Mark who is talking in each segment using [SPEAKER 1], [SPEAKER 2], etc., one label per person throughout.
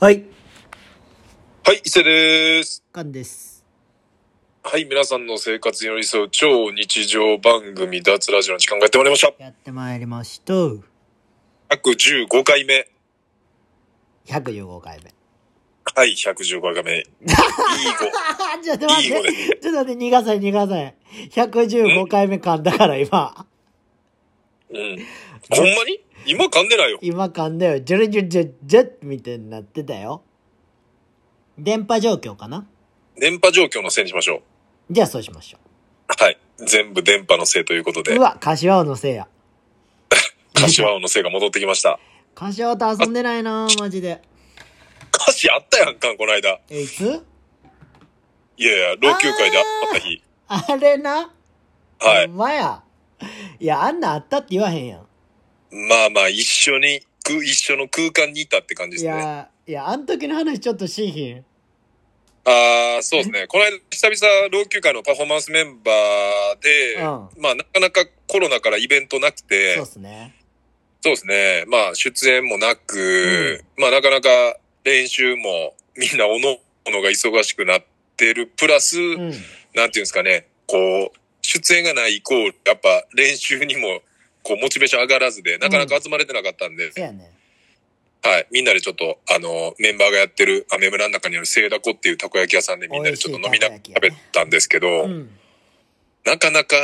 [SPEAKER 1] はい、
[SPEAKER 2] はい、伊勢です。
[SPEAKER 1] カンです。
[SPEAKER 2] はい、皆さんの生活に寄り添う超日常番組、脱ラジオの時間がやってまいりました。
[SPEAKER 1] やってまいりました。
[SPEAKER 2] 115回目。
[SPEAKER 1] 115回目。
[SPEAKER 2] はい、115回目。いい
[SPEAKER 1] あちょっと待っ
[SPEAKER 2] いい声
[SPEAKER 1] て。ちょっと待って、逃がさない、逃がさない。115回目噛んだから今。
[SPEAKER 2] 子。うん。ほんまに今噛んでないよ。
[SPEAKER 1] 今噛んだよ。ジュルジュルジュルジュルみたいになってたよ。電波状況かな
[SPEAKER 2] 電波状況のせいにしましょう。
[SPEAKER 1] じゃあそうしましょ
[SPEAKER 2] はい。全部電波のせいということ
[SPEAKER 1] う。
[SPEAKER 2] で
[SPEAKER 1] う、わ、柏尾のせいや。
[SPEAKER 2] 柏尾のせいが戻ってきました。
[SPEAKER 1] 柏尾と遊んでないなマジで。
[SPEAKER 2] 歌詞あったやんかん、この間。
[SPEAKER 1] え、いつ
[SPEAKER 2] いやいや、老朽会であった日。
[SPEAKER 1] あれな。
[SPEAKER 2] はい
[SPEAKER 1] ほ。んまや。いや、あんなあったって言わへんやん。
[SPEAKER 2] まあまあ、一緒に、く一緒の空間にいたって感じで
[SPEAKER 1] い
[SPEAKER 2] すね。
[SPEAKER 1] や、いや、あん時の話ちょっとしひん。
[SPEAKER 2] ああ、そうですね。この間、久々、老朽会のパフォーマンスメンバーで、
[SPEAKER 1] う
[SPEAKER 2] まあ、なかなかコロナからイベントなく
[SPEAKER 1] そ
[SPEAKER 2] て、そうう
[SPEAKER 1] っすね。
[SPEAKER 2] ですね。まあ、出演もなく、まあ、なかなか練習もみんなおのおのが忙しくなってる。プラス、
[SPEAKER 1] うん。
[SPEAKER 2] なんていうんですかね、こう、出演がないイコール、やっぱ練習にも、こう、モチベーション上がらずで、なかなか集まれてなかったんで、
[SPEAKER 1] せやね。
[SPEAKER 2] はい。みんなでちょっと、あの、メンバーがやってる、アメ村の中にある聖ダコっていうたこ焼き屋さんでみんなでちょっと飲みながら食べたんですけど、
[SPEAKER 1] うん。
[SPEAKER 2] なかなか、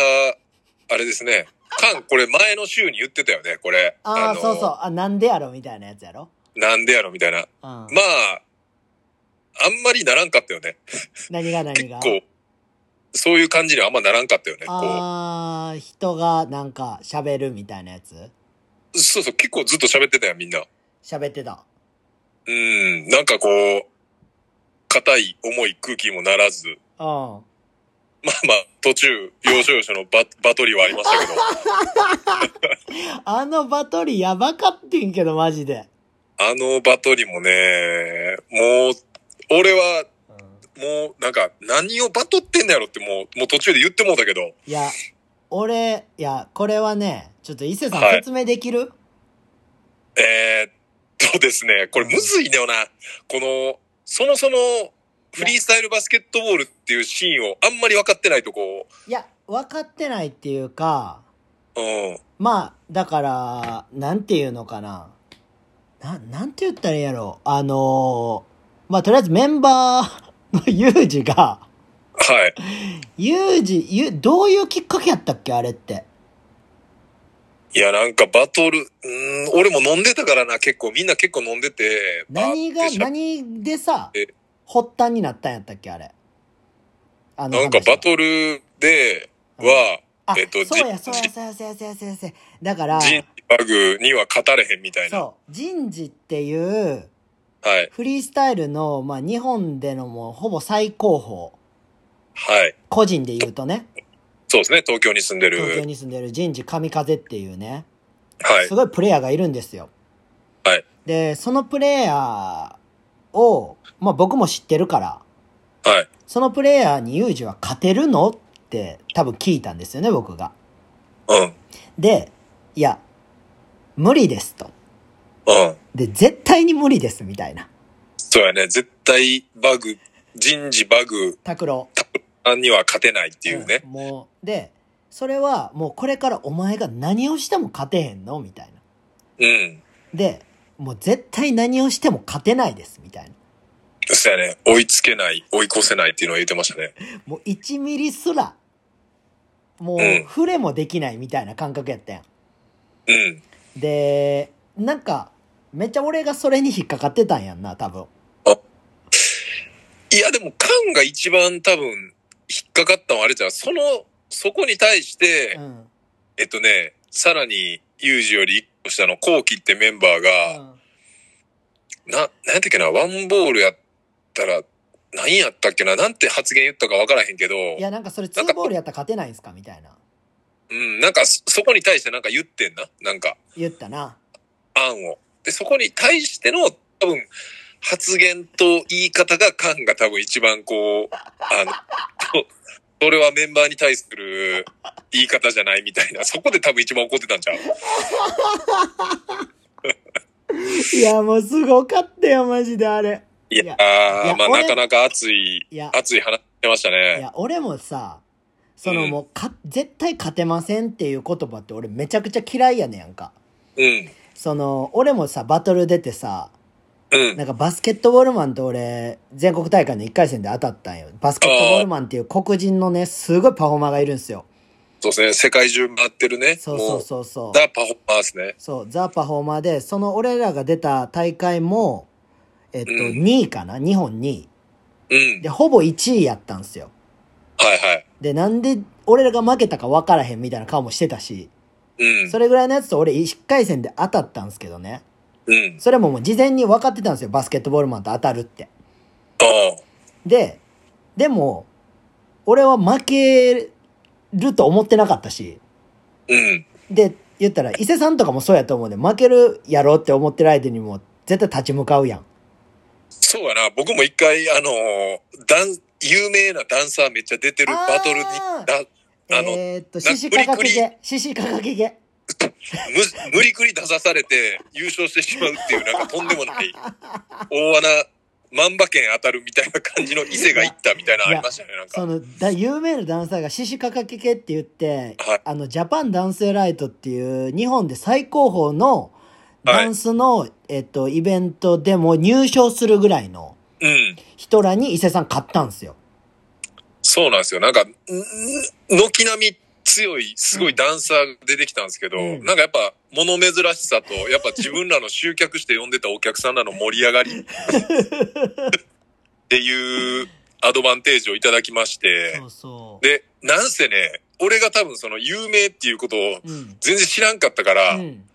[SPEAKER 2] あれですね。カン、これ前の週に言ってたよね、これ。
[SPEAKER 1] ああ、
[SPEAKER 2] の
[SPEAKER 1] そうそう。あ、なんでやろみたいなやつやろ
[SPEAKER 2] なんでやろみたい
[SPEAKER 1] う
[SPEAKER 2] な。
[SPEAKER 1] ん。ま
[SPEAKER 2] まあ、あんまりならんかったよね。
[SPEAKER 1] 何が何
[SPEAKER 2] 結
[SPEAKER 1] が
[SPEAKER 2] 構、そういう感じにはあんまならんかったよね。こ
[SPEAKER 1] ああ、人がなんか喋るみたいなやつ
[SPEAKER 2] うそうそう、結構ずっと喋ってたよ、みんな。
[SPEAKER 1] 喋ってた。
[SPEAKER 2] うん、なんかこう、硬い重い空気もならず、
[SPEAKER 1] うん。
[SPEAKER 2] まあまあ、途中、要所要所のババトリはあり ましたけど、
[SPEAKER 1] あのバトルやばかってんけど、マジで。
[SPEAKER 2] あのバトリもね、もう、俺は
[SPEAKER 1] うん。
[SPEAKER 2] もうなんか何をバトってんのやろってもうもう途中で言ってもうたけど
[SPEAKER 1] いや、俺、いや、これはね、ちょっと伊勢さん
[SPEAKER 2] はい
[SPEAKER 1] 説明できる、
[SPEAKER 2] えー、っとですねこれむずいんだよなこのそもそもフリースタイルバスケットボールっていうシーンをあんまり分かってないとこ
[SPEAKER 1] い、や、分かってないっていうか、
[SPEAKER 2] うん
[SPEAKER 1] まあ、だから、なんていうのかな。な、なんて言ったらいいんやろあのーまあ、とりあえずメンバーのユージが、
[SPEAKER 2] はい
[SPEAKER 1] ユージ、ゆどういうきっかけやったっけあれって。
[SPEAKER 2] いやなんかバトルうーん俺も飲んでたからな結構みんな結構飲んでて
[SPEAKER 1] 何
[SPEAKER 2] バー
[SPEAKER 1] が
[SPEAKER 2] っ、てしゃ
[SPEAKER 1] 何でさ
[SPEAKER 2] え、
[SPEAKER 1] 発端になったんやったっけあれ。あの話
[SPEAKER 2] な
[SPEAKER 1] は
[SPEAKER 2] んかバトルでは、
[SPEAKER 1] あ、
[SPEAKER 2] えっと
[SPEAKER 1] そうや、
[SPEAKER 2] じ
[SPEAKER 1] そうや、そうや、そうや、そうや、そうや、そうや。だから、
[SPEAKER 2] 人事バグには勝たれへんみたいな
[SPEAKER 1] そう、人事っていう、
[SPEAKER 2] はい
[SPEAKER 1] フリースタイルの、まあ、日本でのもうほぼ最高峰。
[SPEAKER 2] はい
[SPEAKER 1] 個人で言うとね、
[SPEAKER 2] そうですね東京に住んでる
[SPEAKER 1] 東京に住んでる人事神風っていうね、
[SPEAKER 2] はい
[SPEAKER 1] すごいプレイヤーがいるんですよ。
[SPEAKER 2] はい
[SPEAKER 1] で、そのプレイヤーを、まあ僕も知ってるから、
[SPEAKER 2] はい
[SPEAKER 1] そのプレイヤーにユージは勝てるのって多分聞いたんですよね、僕が。
[SPEAKER 2] うん
[SPEAKER 1] で、いや、無理ですと。
[SPEAKER 2] うん
[SPEAKER 1] で、絶対に無理ですみたいな。
[SPEAKER 2] そうやね。絶対バグ、人事バグ
[SPEAKER 1] 拓郎。
[SPEAKER 2] さんには勝てないっていうね。
[SPEAKER 1] んもう、で、それはもうこれからお前が何をしても勝てへんのみたいな。
[SPEAKER 2] うん。
[SPEAKER 1] で、もう絶対何をしても勝てないですみたいな。
[SPEAKER 2] そうやね。追いつけない、追い越せないっていうのを言ってましたね。
[SPEAKER 1] もう1ミリすら、もう
[SPEAKER 2] うん
[SPEAKER 1] 触れもできないみたいな感覚やったや
[SPEAKER 2] うん。
[SPEAKER 1] ん。で、なんか、めっちゃ俺がそれに引っかかってたんやんな、多分。
[SPEAKER 2] いや、でも、カンが一番多分、引っかかったのはあれじゃん。その、そこに対して、
[SPEAKER 1] うん。うん
[SPEAKER 2] えっとね、さらに、ユージより一個下のコウキってメンバーが、な、なんやったっけな、ワンボールやったら、何やったっけな、なんて発言言ったかわからへんけど、
[SPEAKER 1] いや、なんかそれ2ボールやったら勝てないんすかみたいな。
[SPEAKER 2] うん、なんかそ、そこに対してなんか言ってんな。なんか。
[SPEAKER 1] 言ったな。
[SPEAKER 2] 案を。で、そこに対しての多分、発言と言い方が、カンが多分一番こう、あの、 そそれはメンバーに対する言い方じゃないみたいな、そこで多分一番怒ってたんちゃう
[SPEAKER 1] いや、もうすごかったよ、マジであれ。
[SPEAKER 2] いや
[SPEAKER 1] いやい
[SPEAKER 2] ー
[SPEAKER 1] や
[SPEAKER 2] まあ
[SPEAKER 1] 俺
[SPEAKER 2] なかなか熱い
[SPEAKER 1] いや、
[SPEAKER 2] 熱い話してました
[SPEAKER 1] い
[SPEAKER 2] ね。
[SPEAKER 1] や、俺もさ、その
[SPEAKER 2] うん
[SPEAKER 1] もう、か、絶対勝てませんっていう言葉って俺めちゃくちゃ嫌いやねんやんか。
[SPEAKER 2] うん。
[SPEAKER 1] その、俺もさ、バトル出てさ、
[SPEAKER 2] う ん。
[SPEAKER 1] なんかバスケットボールマンと俺、全国大会の1回戦で当たったんよ。バスケットボールマンっていう黒人のね、すごいパフォーマーがいるんすよ。
[SPEAKER 2] そうですね。世界中回ってるね。
[SPEAKER 1] そうそうそうそ
[SPEAKER 2] もう
[SPEAKER 1] う。
[SPEAKER 2] ザ・パフォーマーですね。
[SPEAKER 1] そう、ザ・パフォーマーで、その俺らが出た大会も、えっと、
[SPEAKER 2] うん
[SPEAKER 1] 2位かな日本2
[SPEAKER 2] うん
[SPEAKER 1] 位。で、。ほぼ1位やったんすよ。
[SPEAKER 2] はいはい。
[SPEAKER 1] で、なんで俺らが負けたか分からへんみたいな顔もしてたし、
[SPEAKER 2] うん
[SPEAKER 1] そ。れぐらいのやつと俺1回戦で当たったんですけどね。
[SPEAKER 2] うん。
[SPEAKER 1] それももう事前に分かってたんですよ。バスケットボールマンと当たるって。
[SPEAKER 2] ああ。
[SPEAKER 1] で、でも、俺は負けると思ってなかったし、
[SPEAKER 2] うん。
[SPEAKER 1] で、言ったら伊勢さんとかもそうやと思うんで、負けるやろって思ってる相手にも絶対立ち向かうやん。
[SPEAKER 2] そうやな。僕も一回、あのーダン、有名なダンサーめっちゃ出てる
[SPEAKER 1] あー
[SPEAKER 2] バトルに、だあの、
[SPEAKER 1] えーっと、
[SPEAKER 2] な
[SPEAKER 1] 獅子かか
[SPEAKER 2] 無
[SPEAKER 1] き
[SPEAKER 2] 理く
[SPEAKER 1] 毛、獅子かかき毛。
[SPEAKER 2] む無理くり出さされて優勝してしまうっていう、なんかとんでもない、大穴、万馬券当たるみたいな感じの伊勢がいったみたいなのありましたね、なん
[SPEAKER 1] そ
[SPEAKER 2] か。
[SPEAKER 1] のだ有名なダンサーが獅子かかき系って言って、
[SPEAKER 2] はい
[SPEAKER 1] あのジャパンダンスライトっていう日本で最高峰の
[SPEAKER 2] はい
[SPEAKER 1] ダンスの、えっと、イベントでも入賞するぐらいの
[SPEAKER 2] うん。
[SPEAKER 1] 人らに伊勢さん買ったんですよ。
[SPEAKER 2] そうなんですよ。なんか、んん軒並み強い、すごいダンサーが出てきたんですけど、
[SPEAKER 1] うん
[SPEAKER 2] なんかやっぱ、物珍しさと、やっぱ自分らの集客して呼んでたお客さんらの盛り 上がりっていうアドバンテージをいただきまして
[SPEAKER 1] そ、うそう。
[SPEAKER 2] で、なんせね、俺が多分その有名っていうことを
[SPEAKER 1] うん。
[SPEAKER 2] 全然知らんかったから、
[SPEAKER 1] うん。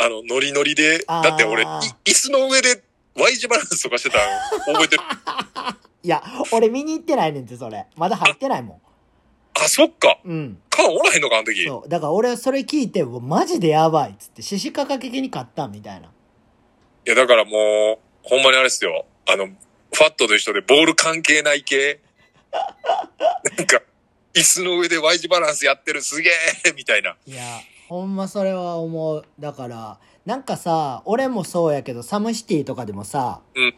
[SPEAKER 2] あの、ノリノリで、
[SPEAKER 1] あー
[SPEAKER 2] だって俺、い椅子の上で Y 字バランスとかしてたの覚えてる。
[SPEAKER 1] いや、俺見に行ってないねんって、それ。まだ入ってないも
[SPEAKER 2] あ、そっか。
[SPEAKER 1] ん。うん。
[SPEAKER 2] カンおらへんのか、あの時。
[SPEAKER 1] そう。だから俺はそれ聞いて、うわマジでやばいっつって、獅子かかき系に買ったみたいな。
[SPEAKER 2] いや、だからもう、ほんまにあれですよ。あの、ファットと一緒でボール関係ない系。なんか、椅子の上で Y 字バランスやってるすげえみたいな。
[SPEAKER 1] いや、ほんまそれは思う。だから、なんかさ、俺もそうやけど、サムシティとかでもさ、
[SPEAKER 2] うん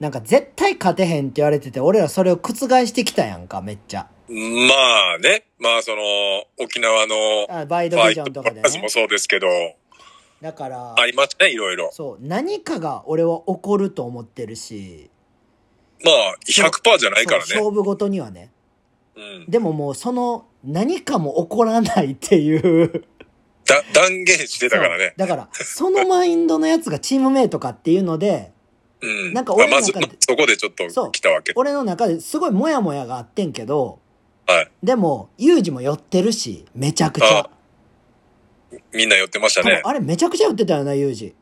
[SPEAKER 1] なんか絶対勝てへんって言われてて、俺らそれを覆してきたやんか、めっちゃ。
[SPEAKER 2] まあね。まあその、沖縄の
[SPEAKER 1] あバイ
[SPEAKER 2] フ
[SPEAKER 1] ド
[SPEAKER 2] ァ
[SPEAKER 1] ビ
[SPEAKER 2] イ
[SPEAKER 1] ジョンと
[SPEAKER 2] トバ
[SPEAKER 1] か
[SPEAKER 2] ラ
[SPEAKER 1] で
[SPEAKER 2] ンスも
[SPEAKER 1] ね。
[SPEAKER 2] そうですけど、
[SPEAKER 1] だから、
[SPEAKER 2] ありましたね、いろいろ。
[SPEAKER 1] そう、何かが俺は起こると思ってるし、
[SPEAKER 2] まあ、100%じゃないから
[SPEAKER 1] そう
[SPEAKER 2] ね。
[SPEAKER 1] 勝負ごとにはね。
[SPEAKER 2] うん。
[SPEAKER 1] でももうその何かも起こらないっていう。
[SPEAKER 2] だ、断言してたからね。
[SPEAKER 1] そうだから、そのマインドのやつがチームメイトかっていうので、
[SPEAKER 2] うん。
[SPEAKER 1] なんか俺の
[SPEAKER 2] まあまず、
[SPEAKER 1] 中で
[SPEAKER 2] そこでちょっと
[SPEAKER 1] そう
[SPEAKER 2] 来たわけ。
[SPEAKER 1] 俺の中ですごいモヤモヤがあってんけど、
[SPEAKER 2] はい。
[SPEAKER 1] でも、ユージも寄ってるし、めちゃくちゃ
[SPEAKER 2] あ。みんな寄ってました
[SPEAKER 1] 多分
[SPEAKER 2] ね。
[SPEAKER 1] あれめちゃくちゃ寄ってたよな、ユージ。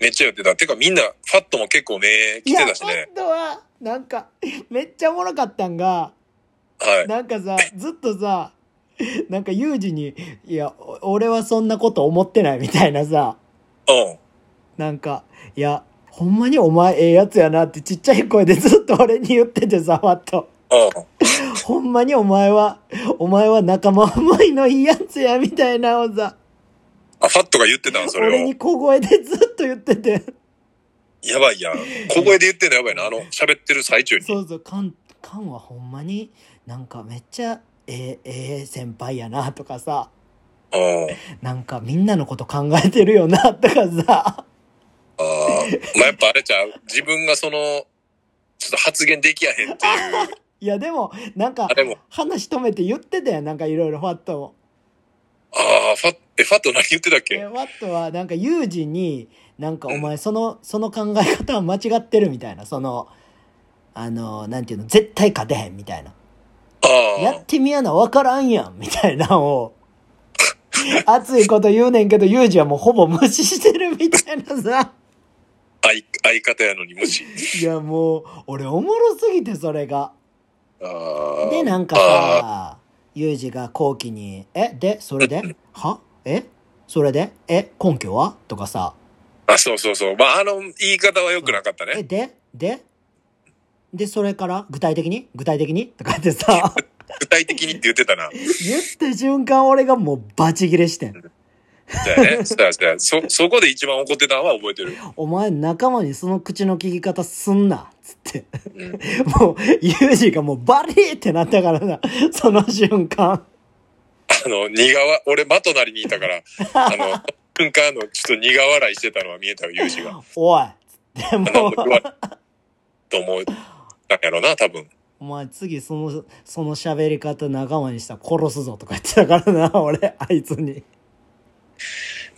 [SPEAKER 2] めっちゃ寄ってた。てかみんな、ファットも結構ね、
[SPEAKER 1] い
[SPEAKER 2] 来
[SPEAKER 1] や、
[SPEAKER 2] て
[SPEAKER 1] 本
[SPEAKER 2] たしね。
[SPEAKER 1] 当は、なんか、 めっちゃおもろかったんが、
[SPEAKER 2] はい。
[SPEAKER 1] なんかさ、ずっとさ、なんかユージに、いや、お俺はそんなこと思ってないみたいなさ、
[SPEAKER 2] うん。
[SPEAKER 1] なんか、いや、ほんまにお前ええやつやなってちっちゃい声で ずっと俺に言っててさ、わっと。
[SPEAKER 2] うん。
[SPEAKER 1] ほんまにお前は、お前は仲間思いのいいやつや、みたいなのをさ、
[SPEAKER 2] あ、ファットが言ってたん、そ
[SPEAKER 1] 俺
[SPEAKER 2] れを
[SPEAKER 1] に。小声で ずっと言ってて。
[SPEAKER 2] やばいやん。小声で言ってんのやばいな。あの、喋ってる最中に。
[SPEAKER 1] そうそう、カン、カンはほんまになんかめっちゃ、ええ、ええ先輩やなとかさ、
[SPEAKER 2] うん。
[SPEAKER 1] なんかみんなのこと考えてるよなとかさ、
[SPEAKER 2] あーまあ、やっぱあれちゃう。自分がその、ちょっと発言できやへんっていう。
[SPEAKER 1] いやでも、なんか
[SPEAKER 2] あ、れも。
[SPEAKER 1] 話止めて言ってたやん、なんかいろいろファットも。
[SPEAKER 2] ああ、ファッ、え、ファット何言ってたっ
[SPEAKER 1] え、
[SPEAKER 2] け
[SPEAKER 1] ファットはなんかユージに、なんかお前その、その考え方は間違ってるみたいな、その、あの、なんていうの、絶対勝てへんみたいな。や
[SPEAKER 2] あ
[SPEAKER 1] ってみやな、わからんやん、みたいなのを、熱いこと言うねんけど、ユージはもうほぼ無視してるみたいな さ。
[SPEAKER 2] あ、相、相方やのに無視。
[SPEAKER 1] いや、もう、俺おもろすぎて、それが。
[SPEAKER 2] ああ。
[SPEAKER 1] で、なんかさ、
[SPEAKER 2] あ
[SPEAKER 1] ユージが後期に、え、で、それではえそれでえ、根拠はとかさ、
[SPEAKER 2] ーあ、そうそうそう。まあ、あの、言い方は良くなかった
[SPEAKER 1] え、
[SPEAKER 2] ね。
[SPEAKER 1] ででで、それから、具体的に具体的にとかって さ、
[SPEAKER 2] 具体的にって言ってたな。
[SPEAKER 1] 言った瞬間俺がもうバチギレしてん。
[SPEAKER 2] そうやね。そうや、そうや。そ、そこで一番怒ってたのは覚えてる。
[SPEAKER 1] お前仲間にその口の利き方すんな。つって。
[SPEAKER 2] うん。
[SPEAKER 1] もう、ユージがもうバリーってなったからな。その瞬間。
[SPEAKER 2] あの、苦わ、俺、まとなりにいたから、あの、瞬間、あの、ちょっと苦笑いしてたのは見えたよ、ユ ージが。
[SPEAKER 1] おいつって、
[SPEAKER 2] あの
[SPEAKER 1] もう、
[SPEAKER 2] 俺はと思う。なんやろな、多分。
[SPEAKER 1] お前次その、その喋り方仲間にしたら殺すぞとか言ってたからな、俺、あいつに。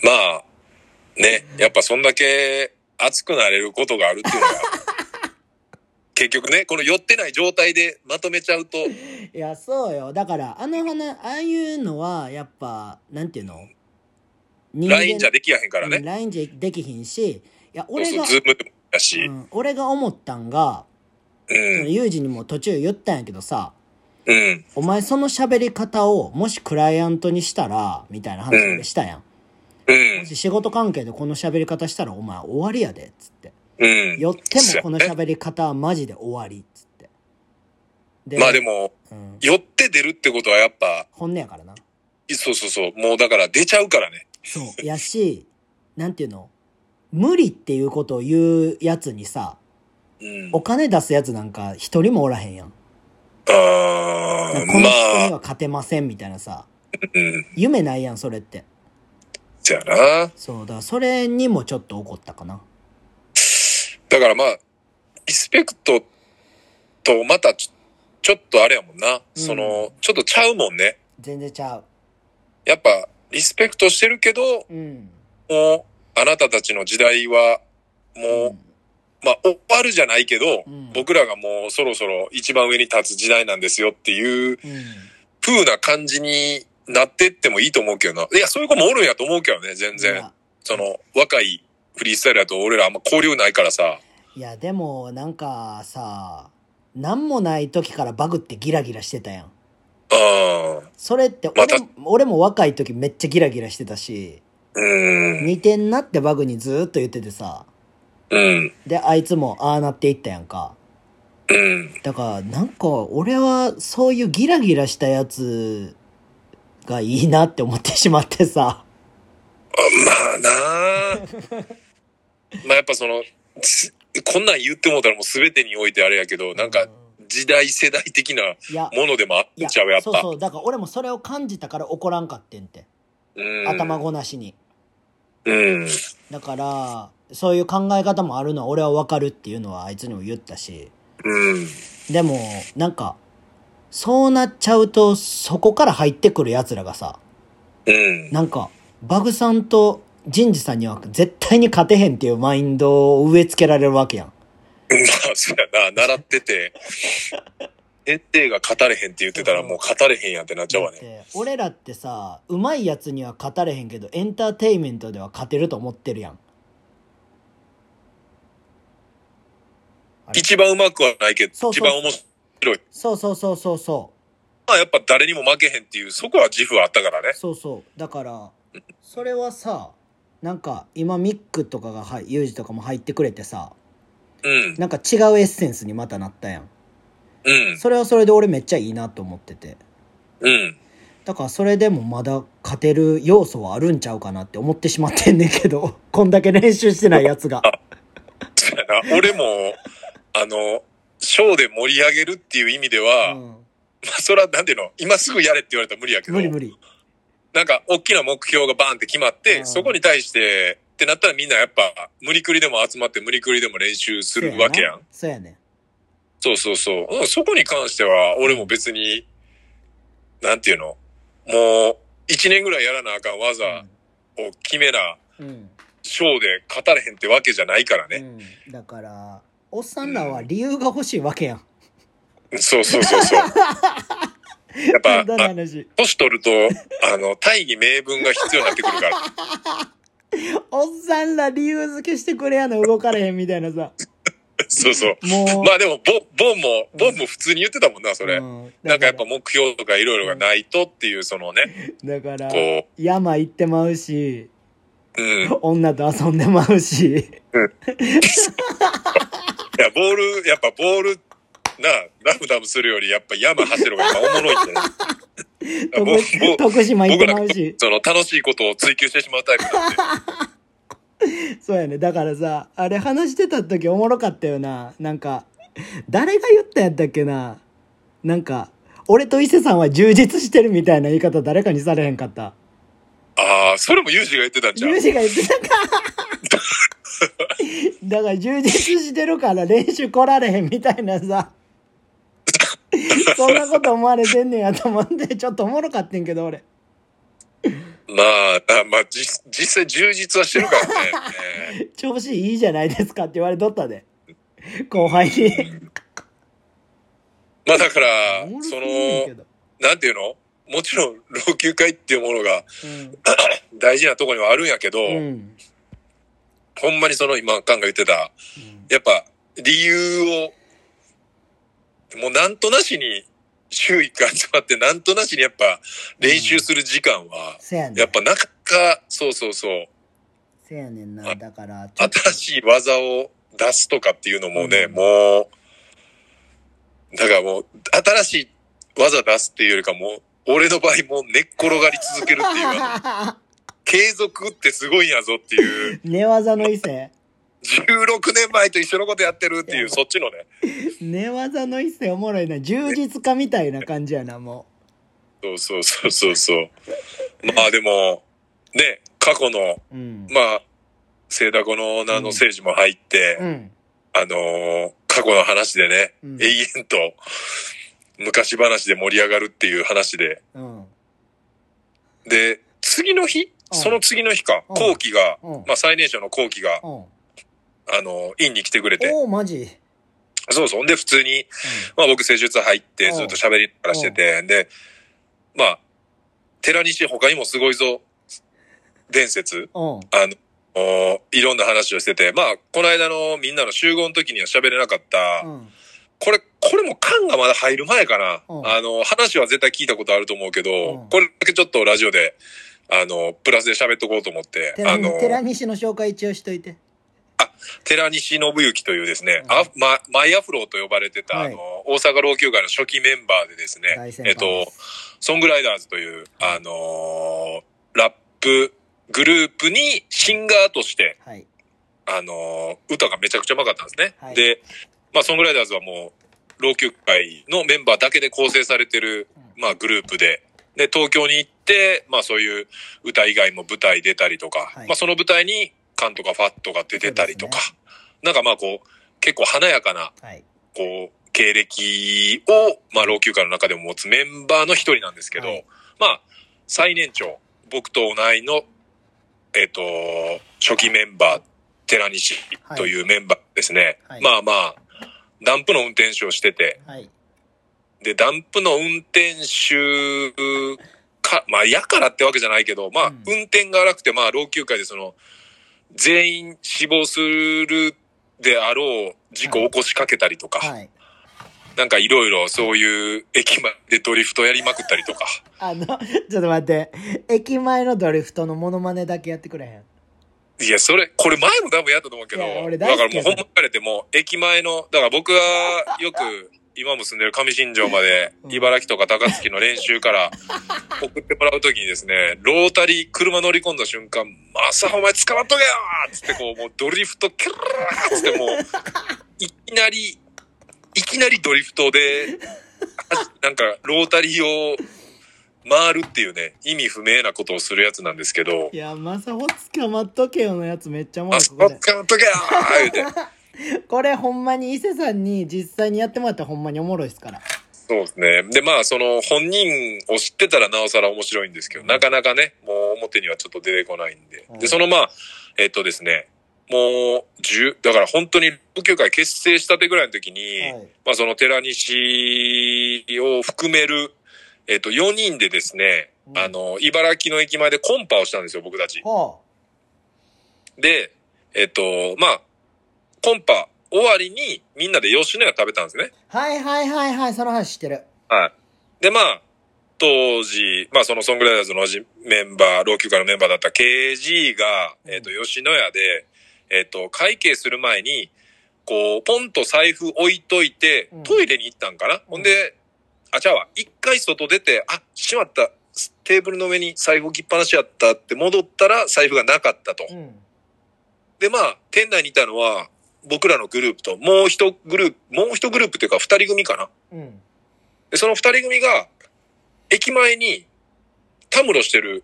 [SPEAKER 2] まあ、ね、やっぱそんだけ熱くなれることがあるっていう のが、結局ね、この寄ってない状態でまとめちゃうと、
[SPEAKER 1] いや、そうよ。だから、あの話、ああいうのは、やっぱ、なんていうの人間
[SPEAKER 2] LINE じゃできやへんから
[SPEAKER 1] うん
[SPEAKER 2] ね。
[SPEAKER 1] LINE じゃできひんし、いや、
[SPEAKER 2] そう
[SPEAKER 1] 俺
[SPEAKER 2] そ
[SPEAKER 1] が
[SPEAKER 2] う、、ズームでもだし、
[SPEAKER 1] うん、俺が思ったんが、
[SPEAKER 2] う
[SPEAKER 1] その
[SPEAKER 2] ん、
[SPEAKER 1] ユージにも途中言ったんやけどさ、
[SPEAKER 2] うん、
[SPEAKER 1] お前その喋り方をもしクライアントにしたら、みたいな話したやん。
[SPEAKER 2] うん
[SPEAKER 1] も、し仕事関係でこの喋り方したらお前終わりやで、つって。
[SPEAKER 2] うん。
[SPEAKER 1] よってもこの
[SPEAKER 2] そうやね
[SPEAKER 1] 喋り方はマジで終わり、つって。で
[SPEAKER 2] まあで、も、
[SPEAKER 1] うん、
[SPEAKER 2] 寄って出るってことはやっぱ、
[SPEAKER 1] 本音やからな。
[SPEAKER 2] そうそうそう、もうだから出ちゃうからね。
[SPEAKER 1] そう。やし、なんていうの無理っていうことを言うやつにさ、
[SPEAKER 2] うん。
[SPEAKER 1] お金出すやつなんか一人もおらへんやん。
[SPEAKER 2] あ
[SPEAKER 1] なん
[SPEAKER 2] ー
[SPEAKER 1] かこの人に
[SPEAKER 2] まあ、
[SPEAKER 1] は勝てませんみたいなさ、
[SPEAKER 2] うん、
[SPEAKER 1] 夢ないやん、それって。
[SPEAKER 2] じゃあな。
[SPEAKER 1] そう、だからそれにもちょっと怒ったかな。
[SPEAKER 2] だからまあ、リスペクトとまたちょちょっとあれやもんな、その、ちょっとちゃうもんね。
[SPEAKER 1] 全然ちゃう。
[SPEAKER 2] やっぱ、リスペクトしてるけど、
[SPEAKER 1] うん。
[SPEAKER 2] もう、あなたたちの時代は、もう、まあ、終わるじゃないけど、
[SPEAKER 1] うん
[SPEAKER 2] 僕らがもうそろそろ一番上に立つ時代なんですよっていう
[SPEAKER 1] うん。うん
[SPEAKER 2] 風な感じになってってもいいと思うけどな。いや、そういう子もおるんやと思うけどね、全
[SPEAKER 1] い
[SPEAKER 2] 然。
[SPEAKER 1] や
[SPEAKER 2] その、若いフリースタイルだと俺らあんま交流ないからさ。
[SPEAKER 1] いや、でも、なんかさ、なんもない時からバグってギラギラしてたやん。
[SPEAKER 2] うん。
[SPEAKER 1] それって
[SPEAKER 2] ま
[SPEAKER 1] 俺
[SPEAKER 2] た
[SPEAKER 1] も、俺も若い時めっちゃギラギラしてたし、
[SPEAKER 2] うん。
[SPEAKER 1] 似てんなってバグにずーっと言っててさ、
[SPEAKER 2] うん。
[SPEAKER 1] で、あいつもああなっていったやんか。
[SPEAKER 2] うん。
[SPEAKER 1] だから、なんか、俺はそういうギラギラしたやつがいいなって思ってしまってさ。
[SPEAKER 2] ま あなあまあやっぱその、つこんなん言ってもうたらもう全てにおいてあれやけど、なんか
[SPEAKER 1] う、
[SPEAKER 2] 時代世代的ない
[SPEAKER 1] や、
[SPEAKER 2] ものでもあっ
[SPEAKER 1] いや、
[SPEAKER 2] ちゃうやっ
[SPEAKER 1] そ
[SPEAKER 2] ぱ。
[SPEAKER 1] うそう。だから俺もそれを感じたから怒らんかってんて。
[SPEAKER 2] うん、
[SPEAKER 1] 頭ごなしに。
[SPEAKER 2] うん。
[SPEAKER 1] だから、そういう考え方もあるのは俺はわかるっていうのはあいつにも言ったし。
[SPEAKER 2] うん。
[SPEAKER 1] でも、なんか、そうなっちゃうと、そこから入ってくる奴らがさ、
[SPEAKER 2] うん。
[SPEAKER 1] なんか、バグさんとジンジさんには絶対に勝てへんっていうマインドを植え付けられるわけやん。
[SPEAKER 2] まあ、そうやな。習っ てて、徹底が語れへんって言ってたらもう語れへんやんってなっちゃうわ
[SPEAKER 1] だっ
[SPEAKER 2] ね。
[SPEAKER 1] て俺らってさ、うまいやつには勝たれへんけど、エンターテインメントでは勝てると思ってるやん。だって
[SPEAKER 2] 一番うまくはないけど、
[SPEAKER 1] そうそう
[SPEAKER 2] 一番面白い。
[SPEAKER 1] そうそうそうそうそう。
[SPEAKER 2] まあ、やっぱ誰にも負けへんっていう、そこは自負はあったからね。
[SPEAKER 1] そうそうだからそれはさなんか今ミックとかがはいユージとかも入ってくれてさ
[SPEAKER 2] うん。
[SPEAKER 1] なんか違うエッセンスにまたなったやん
[SPEAKER 2] うん。
[SPEAKER 1] それはそれで俺めっちゃいいなと思ってて
[SPEAKER 2] うん。
[SPEAKER 1] だからそれでもまだ勝てる要素はあるんちゃうかなって思ってしまってんねんけど こんだけ練習してないやつが
[SPEAKER 2] そうやな。俺も、あの、ショーで盛り上げるっていう意味では、
[SPEAKER 1] う
[SPEAKER 2] ま
[SPEAKER 1] ん、
[SPEAKER 2] あ、それはなんていうの今すぐやれって言われたら無理やけど、
[SPEAKER 1] 無理無理
[SPEAKER 2] なんか、大きな目標がバーンって決まって、
[SPEAKER 1] うん
[SPEAKER 2] そこに対して、ってなったらみんなやっぱ、無理くりでも集まって無理くりでも練習するわけやん。
[SPEAKER 1] そうやね
[SPEAKER 2] そうそうそう。うんそこに関しては、俺も別に、なんていうのもう、一年ぐらいやらなあかん技を決めな、
[SPEAKER 1] うん、うん
[SPEAKER 2] ショーで語れへんってわけじゃないからね。
[SPEAKER 1] うん、だからおっさんらは理由が欲しいわけやん、
[SPEAKER 2] そうそうそ うそう。やっ
[SPEAKER 1] 簡、
[SPEAKER 2] ぱ
[SPEAKER 1] 単な
[SPEAKER 2] あ
[SPEAKER 1] 話
[SPEAKER 2] 年取ると、あの、大義名分が必要になってくるから。
[SPEAKER 1] おっさんら理由付けしてくれやの動かれへんみたいなさ
[SPEAKER 2] そうそう。
[SPEAKER 1] もう、
[SPEAKER 2] まあでも、ボン、ボンも、ボンも普通に言ってたもんな、それ。
[SPEAKER 1] うん
[SPEAKER 2] なんかやっ
[SPEAKER 1] だ
[SPEAKER 2] ぱ目標とかいろいろがないとっていう、そのね、
[SPEAKER 1] からだから
[SPEAKER 2] こ
[SPEAKER 1] 山行ってまうし
[SPEAKER 2] う、うん。い
[SPEAKER 1] 女と遊んでまうし
[SPEAKER 2] や、ボール、やっぱボール、な、ラムダムするより、やっぱ山走る方が今おもろいんだ よ。ぼぼ
[SPEAKER 1] 徳徳島行っ
[SPEAKER 2] 僕
[SPEAKER 1] て
[SPEAKER 2] ら
[SPEAKER 1] まうし、
[SPEAKER 2] その楽しいことを追求してしまうタイプなんで。
[SPEAKER 1] そうやねだからさあれ話してた時おもろかったよななんか誰が言ったんやったっけななんか俺と伊勢さんは充実してるみたいな言い方誰かにされへんかった
[SPEAKER 2] ああ、それもユージが言ってたんじゃん
[SPEAKER 1] ユ。ージが言ってた かだから充実してるから練習来られへんみたいなさそんなこと思われてんねんやと思ってちょっとおもろかってんけど俺
[SPEAKER 2] まあ、あまあ、じ実際充実はしてるからね。 ね
[SPEAKER 1] 調子いいじゃないですかって言われとったで後輩に
[SPEAKER 2] まあだから
[SPEAKER 1] おも、ろす
[SPEAKER 2] そ
[SPEAKER 1] ぎるけ
[SPEAKER 2] の、
[SPEAKER 1] ど
[SPEAKER 2] なんていうのもちろん老朽化っていうものが
[SPEAKER 1] うん
[SPEAKER 2] 大事なところにはあるんやけど、
[SPEAKER 1] うん
[SPEAKER 2] ほんまにその今、カンが言ってた、やっぱ理由を、もうなんとなしに周囲から集まって、なんとなしにやっぱ練習する時間は、
[SPEAKER 1] せやね
[SPEAKER 2] やっ
[SPEAKER 1] ん
[SPEAKER 2] ぱなかなか、そうそうそう、
[SPEAKER 1] せやねんな
[SPEAKER 2] あ
[SPEAKER 1] だからちょっと
[SPEAKER 2] 新しい技を出すとかっていうのもね、
[SPEAKER 1] うん
[SPEAKER 2] もう、だからもう、新しい技出すっていうよりかもう、俺の場合もう寝っ転がり続けるっていう あの、継続ってすごいんやぞっていう、
[SPEAKER 1] 寝技の伊勢
[SPEAKER 2] 16年前と一緒のことやってるって
[SPEAKER 1] い
[SPEAKER 2] い
[SPEAKER 1] や
[SPEAKER 2] う、そっちのね、
[SPEAKER 1] 寝技の伊勢おもろいな充実家みたいな感じやなも
[SPEAKER 2] そうそうそうそうそう。まあでも、ね、過去の、
[SPEAKER 1] ううん
[SPEAKER 2] まあ、聖田子の名の政治も入って、
[SPEAKER 1] うん
[SPEAKER 2] あのー過去の話でね、
[SPEAKER 1] うん
[SPEAKER 2] 永遠と昔話で盛り上がるっていう話で、
[SPEAKER 1] うん
[SPEAKER 2] で、次の日
[SPEAKER 1] うん
[SPEAKER 2] その次の日か、
[SPEAKER 1] うん
[SPEAKER 2] 後期が、
[SPEAKER 1] うん
[SPEAKER 2] まあ最年少の後期が、
[SPEAKER 1] お
[SPEAKER 2] あのー院に来てくれて、
[SPEAKER 1] おーマジ
[SPEAKER 2] そうそう。で、普通に、まあ僕施術入って
[SPEAKER 1] うん
[SPEAKER 2] ずっと喋りからしてて、で、まあ、寺西他にもすごいぞ、伝説、
[SPEAKER 1] うんうん
[SPEAKER 2] あの、おいろんな話をしてて、まあ、この間のみんなの集合の時には喋れなかった、
[SPEAKER 1] うん
[SPEAKER 2] これ、これも缶がまだ入る前かな。
[SPEAKER 1] うん
[SPEAKER 2] あの、話は絶対聞いたことあると思うけど、
[SPEAKER 1] うん
[SPEAKER 2] これだけちょっとラジオで、あの、プラスで喋っとこうと思って、
[SPEAKER 1] 寺
[SPEAKER 2] あ
[SPEAKER 1] に
[SPEAKER 2] の、
[SPEAKER 1] 寺西の紹介一応しといて
[SPEAKER 2] 寺西信之というですね、
[SPEAKER 1] うん
[SPEAKER 2] あま、マイアフローと呼ばれてた、
[SPEAKER 1] はい
[SPEAKER 2] あの、大阪老朽会の初期メンバーでです
[SPEAKER 1] 大
[SPEAKER 2] ね
[SPEAKER 1] 先、輩
[SPEAKER 2] えっと、ソングライダーズという、あのーラップグループにシンガーとして、
[SPEAKER 1] はい
[SPEAKER 2] あのー歌がめちゃくちゃうまかったんですね。
[SPEAKER 1] はい
[SPEAKER 2] で、まあ、ソングライダーズはもう、老朽会のメンバーだけで構成されてる、まあ、グループで、で、東京に行って、まあ、そういう歌以外も舞台出たりとか、
[SPEAKER 1] はい
[SPEAKER 2] まあ、その舞台に、カンとかファッとかって出たりとか、
[SPEAKER 1] そ
[SPEAKER 2] なんかまあ、こう、結構華やかな、
[SPEAKER 1] はい
[SPEAKER 2] こう、経歴を、まあ、老朽化の中でも持つメンバーの一人なんですけど、
[SPEAKER 1] はい
[SPEAKER 2] まあ、最年長、僕と同いの、えっ、と、初期メンバー、寺西というメンバーですね。
[SPEAKER 1] はい
[SPEAKER 2] まあまあ、ダンプの運転手をしてて、
[SPEAKER 1] はい
[SPEAKER 2] で、ダンプの運転手か、まあ、やからってわけじゃないけど、まあ、
[SPEAKER 1] うん
[SPEAKER 2] 運転が荒くて、まあ、老朽化でその、全員死亡するであろう事故を起こしかけたりとか、
[SPEAKER 1] はい
[SPEAKER 2] なんかいろいろそういう駅までドリフトやりまくったりとか。
[SPEAKER 1] あの、ちょ っと待って。駅前のドリフトのモノマネだけやってくれへ
[SPEAKER 2] いや、それ、これ前も多分やったと思うけど、
[SPEAKER 1] いや俺
[SPEAKER 2] だ
[SPEAKER 1] 大
[SPEAKER 2] から
[SPEAKER 1] 好き
[SPEAKER 2] も
[SPEAKER 1] や
[SPEAKER 2] うほんまかれてもう駅前の、だから僕はよく今も住んでる上新庄まで
[SPEAKER 1] うん
[SPEAKER 2] 茨城とか高槻の練習 から送ってもらうときにですね、ロータリー車乗り込んだ瞬間、まさお前捕まっとけよーっつってこう、もうドリフト、キャラーっつっ てもう、いきなり、いきなりドリフトで、なんかロータリーを回るっていうね、意味不明なことをするやつなんですけ
[SPEAKER 1] ん。
[SPEAKER 2] ど
[SPEAKER 1] い、や、まさほ捕まっとけよのやつめっちゃおもろ
[SPEAKER 2] あ
[SPEAKER 1] い。
[SPEAKER 2] そ
[SPEAKER 1] こ
[SPEAKER 2] こ
[SPEAKER 1] こ
[SPEAKER 2] 捕まっとけよー言うて。
[SPEAKER 1] でこれほんまに伊勢さんに実際にやってもらったらほんまにおもろいっすから。
[SPEAKER 2] そうですね。で、まあ、その、本人を知ってたらなおさら面白いんですけど、なかなかね、もう表にはちょっと出てこないんで
[SPEAKER 1] うん。
[SPEAKER 2] で、そのまあ、えっとですね、もう、十、だから本当に、老朽会結成したてぐらいの時に、
[SPEAKER 1] はい
[SPEAKER 2] まあ、その寺西を含める、えっと、4人でですね、
[SPEAKER 1] うん
[SPEAKER 2] あの、茨城の駅前でコンパをしたんですよ、僕たち。
[SPEAKER 1] ほ
[SPEAKER 2] で、えっと、まあ、コンパ終わりに、みんなで吉野家食べたんですね
[SPEAKER 1] う。。はいはいはいはい、その話してる。
[SPEAKER 2] はい。で、まあ、当時、まあ、そのソングライダーズのじメンバー、老朽化のメンバーだった KG が、えっ、と、吉野家で、えっ、と、会計する前に、こう、ポンと財布置いといて
[SPEAKER 1] うん、
[SPEAKER 2] トイレに行ったんかな、
[SPEAKER 1] ん
[SPEAKER 2] ほんで、あ、ちゃうわ。一回外出て、あ、しまった。テーブルの上に財布置きっぱなしやったって戻ったら財布がなかったと。
[SPEAKER 1] うん。
[SPEAKER 2] で、まあ、店内にいたのは、僕らのグループと、もう一グループ、もう一グループというか二人組かな。
[SPEAKER 1] うん。
[SPEAKER 2] で、その二人組が、駅前に、たむろしてる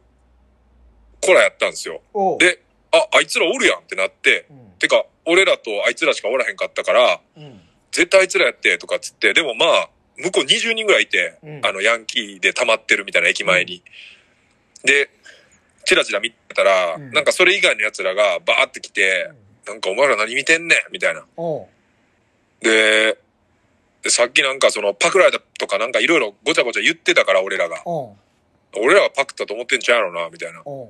[SPEAKER 2] 子らやったんですよ。
[SPEAKER 1] おう。
[SPEAKER 2] で、あ、あいつらおるやんってなって、
[SPEAKER 1] うん。
[SPEAKER 2] てか、俺らとあいつらしかおらへんかったから、
[SPEAKER 1] うん。
[SPEAKER 2] 絶対あいつらやって、とかっつって、でもまあ、向こう20人ぐらいいて、
[SPEAKER 1] うん
[SPEAKER 2] あの、ヤンキーで溜まってるみたいな駅前に。で、チラチラ見てたら、
[SPEAKER 1] うん
[SPEAKER 2] なんかそれ以外の奴らがバーって来て、なんかお前ら何見てんねんみたいな。
[SPEAKER 1] おう。
[SPEAKER 2] で、でさっきなんかそのパクられたとかなんかいろいろごちゃごちゃ言ってたから俺らが。
[SPEAKER 1] おう。
[SPEAKER 2] 俺らがパクったと思ってんちゃうやろな、みたいな。
[SPEAKER 1] お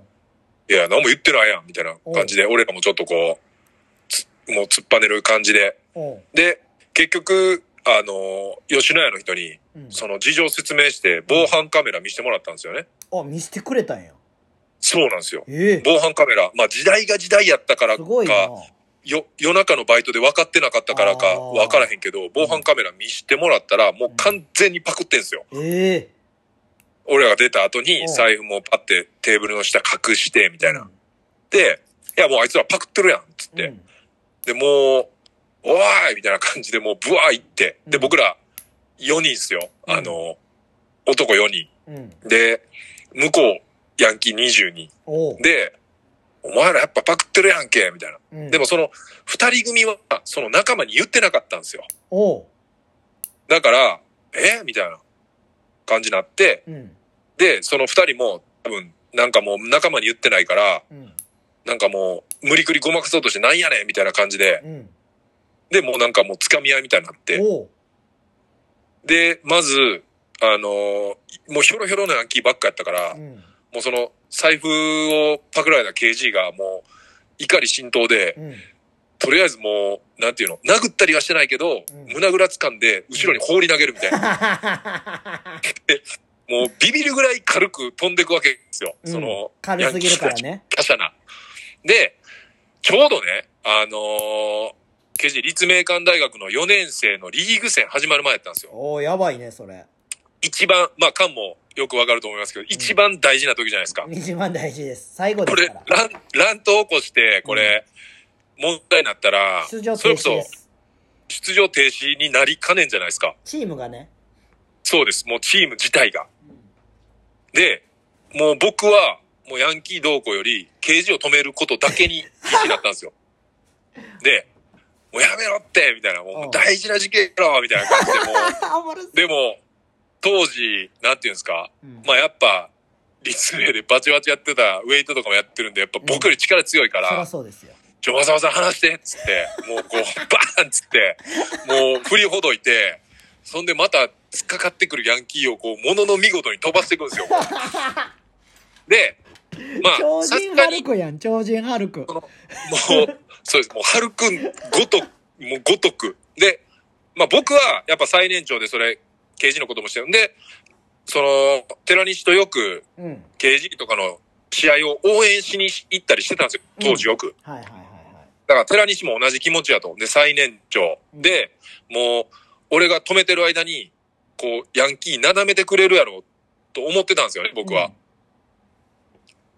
[SPEAKER 1] う。
[SPEAKER 2] いや、何も言ってないやん、みたいな感じで、俺らもちょっとこう、つもう突っぱねる感じで。
[SPEAKER 1] おう。
[SPEAKER 2] で、結局、あの、吉野家の人に、
[SPEAKER 1] うん。
[SPEAKER 2] その事情を説明して、防犯カメラ見せてもらったんですよね。
[SPEAKER 1] あ、見せてくれたんや。
[SPEAKER 2] そうなんですよ。
[SPEAKER 1] ええ。
[SPEAKER 2] 防犯カメラ。まあ時代が時代やったから
[SPEAKER 1] す
[SPEAKER 2] か、
[SPEAKER 1] ごいな。
[SPEAKER 2] よ夜中のバイトで分かってなかったからか
[SPEAKER 1] あー
[SPEAKER 2] 分からへんけど、防犯カメラ見してもらったら、もう完全にパクってんすよ。
[SPEAKER 1] ええ。
[SPEAKER 2] 俺らが出た後
[SPEAKER 1] うん
[SPEAKER 2] に財布もパッてテーブルの下隠して、みたいな。
[SPEAKER 1] うん。
[SPEAKER 2] で、いやもうあいつらパクってるやん、つっ
[SPEAKER 1] う
[SPEAKER 2] て。
[SPEAKER 1] ん
[SPEAKER 2] で、もう、おーいみたいな感じでもうブワー行って。で、
[SPEAKER 1] うん
[SPEAKER 2] 僕ら4人っすよ。あの、男4人。
[SPEAKER 1] うん。
[SPEAKER 2] で、向こう、ヤンキー20人。
[SPEAKER 1] おう。
[SPEAKER 2] で、お前らやっぱパクってるやんけ、みたいな。
[SPEAKER 1] うん
[SPEAKER 2] でも、その2人組は、その仲間に言ってなかったんですよ。
[SPEAKER 1] おう。
[SPEAKER 2] だから、えみたいな感じになって、
[SPEAKER 1] うん。
[SPEAKER 2] で、その二人も、多分、なんかもう仲間に言ってないから、
[SPEAKER 1] うん。
[SPEAKER 2] なんかもう、無理くりごまかそうとしてなんやねんみたいな感じで、
[SPEAKER 1] うん。
[SPEAKER 2] で、もうなんかもう掴み合いみたいになって、
[SPEAKER 1] おう。
[SPEAKER 2] で、まず、あのーもうひょろひょろなヤンキーばっかやったから、
[SPEAKER 1] うん。
[SPEAKER 2] もうその、財布をパクられた KG がもう、怒り浸透で、
[SPEAKER 1] うん。
[SPEAKER 2] とりあえずもう、なんていうの、殴ったりはしてないけど、
[SPEAKER 1] うん
[SPEAKER 2] 胸ぐら掴んで、後ろに放り投げるみた いな。もうビビるぐらい軽く飛んでいくわけですよ。 その、
[SPEAKER 1] 軽すぎるからね。
[SPEAKER 2] 華奢な。で、ちょうどね、あのー、ケジ立命館大学の4年生のリーグ戦始まる前やったんですよ。
[SPEAKER 1] おおやばいね、それ。
[SPEAKER 2] 一番、まあ、カンもよくわかると思いますけど、一番大事な時じゃないですか。
[SPEAKER 1] 一番大事です。最後で
[SPEAKER 2] こ
[SPEAKER 1] す
[SPEAKER 2] れ
[SPEAKER 1] から、。
[SPEAKER 2] 乱、乱闘起こして、これ、問題になったら、
[SPEAKER 1] 出場
[SPEAKER 2] そ
[SPEAKER 1] 停
[SPEAKER 2] れ
[SPEAKER 1] 止
[SPEAKER 2] こそ
[SPEAKER 1] です。
[SPEAKER 2] 出場停止になりかねんじゃないですか。
[SPEAKER 1] チームが ね。
[SPEAKER 2] そうです。もうチーム自体が。で、もう僕は、もうヤンキー同行より、刑事を止めることだけに必死になったんです よ。で、もうやめろってみたいな、
[SPEAKER 1] うん
[SPEAKER 2] もう大事な事件やろみたいな感じで、も
[SPEAKER 1] あ、おもろす
[SPEAKER 2] う、で も、当時、なんていうんですか、まあやっぱ、立命でバチバチやってた、ウェイトとかもやってるんで、やっぱ僕より力強いか
[SPEAKER 1] そりゃ
[SPEAKER 2] ら、
[SPEAKER 1] そうですよ。
[SPEAKER 2] ちょ、わざわざ話してっつって、もう こう、バーンっつって、もう振りほどいて、そんでまた突っかかってくるヤンキーをこう、ものの見事に飛ばしていくんですよ。で、ま
[SPEAKER 1] 超
[SPEAKER 2] あ、さす
[SPEAKER 1] 人
[SPEAKER 2] が
[SPEAKER 1] ハル
[SPEAKER 2] に、もう
[SPEAKER 1] クやん、超人ハルク。、
[SPEAKER 2] そうです、もう、はるくんごとく、もうごとく。で、まあ僕は、やっぱ最年長でそれ、刑事のこともしてるんで、その、寺西とよく、
[SPEAKER 1] うん。
[SPEAKER 2] 刑事とかの試合を応援しに行ったりしてたんですよ、当時よく。
[SPEAKER 1] はいはいはいはい。
[SPEAKER 2] だから寺西も同じ気持ちやと。で、最年長。
[SPEAKER 1] うん
[SPEAKER 2] で、もう、俺が止めてる間に、こう、ヤンキーなだめてくれるやろ、と思ってたんですよね、僕は。
[SPEAKER 1] うん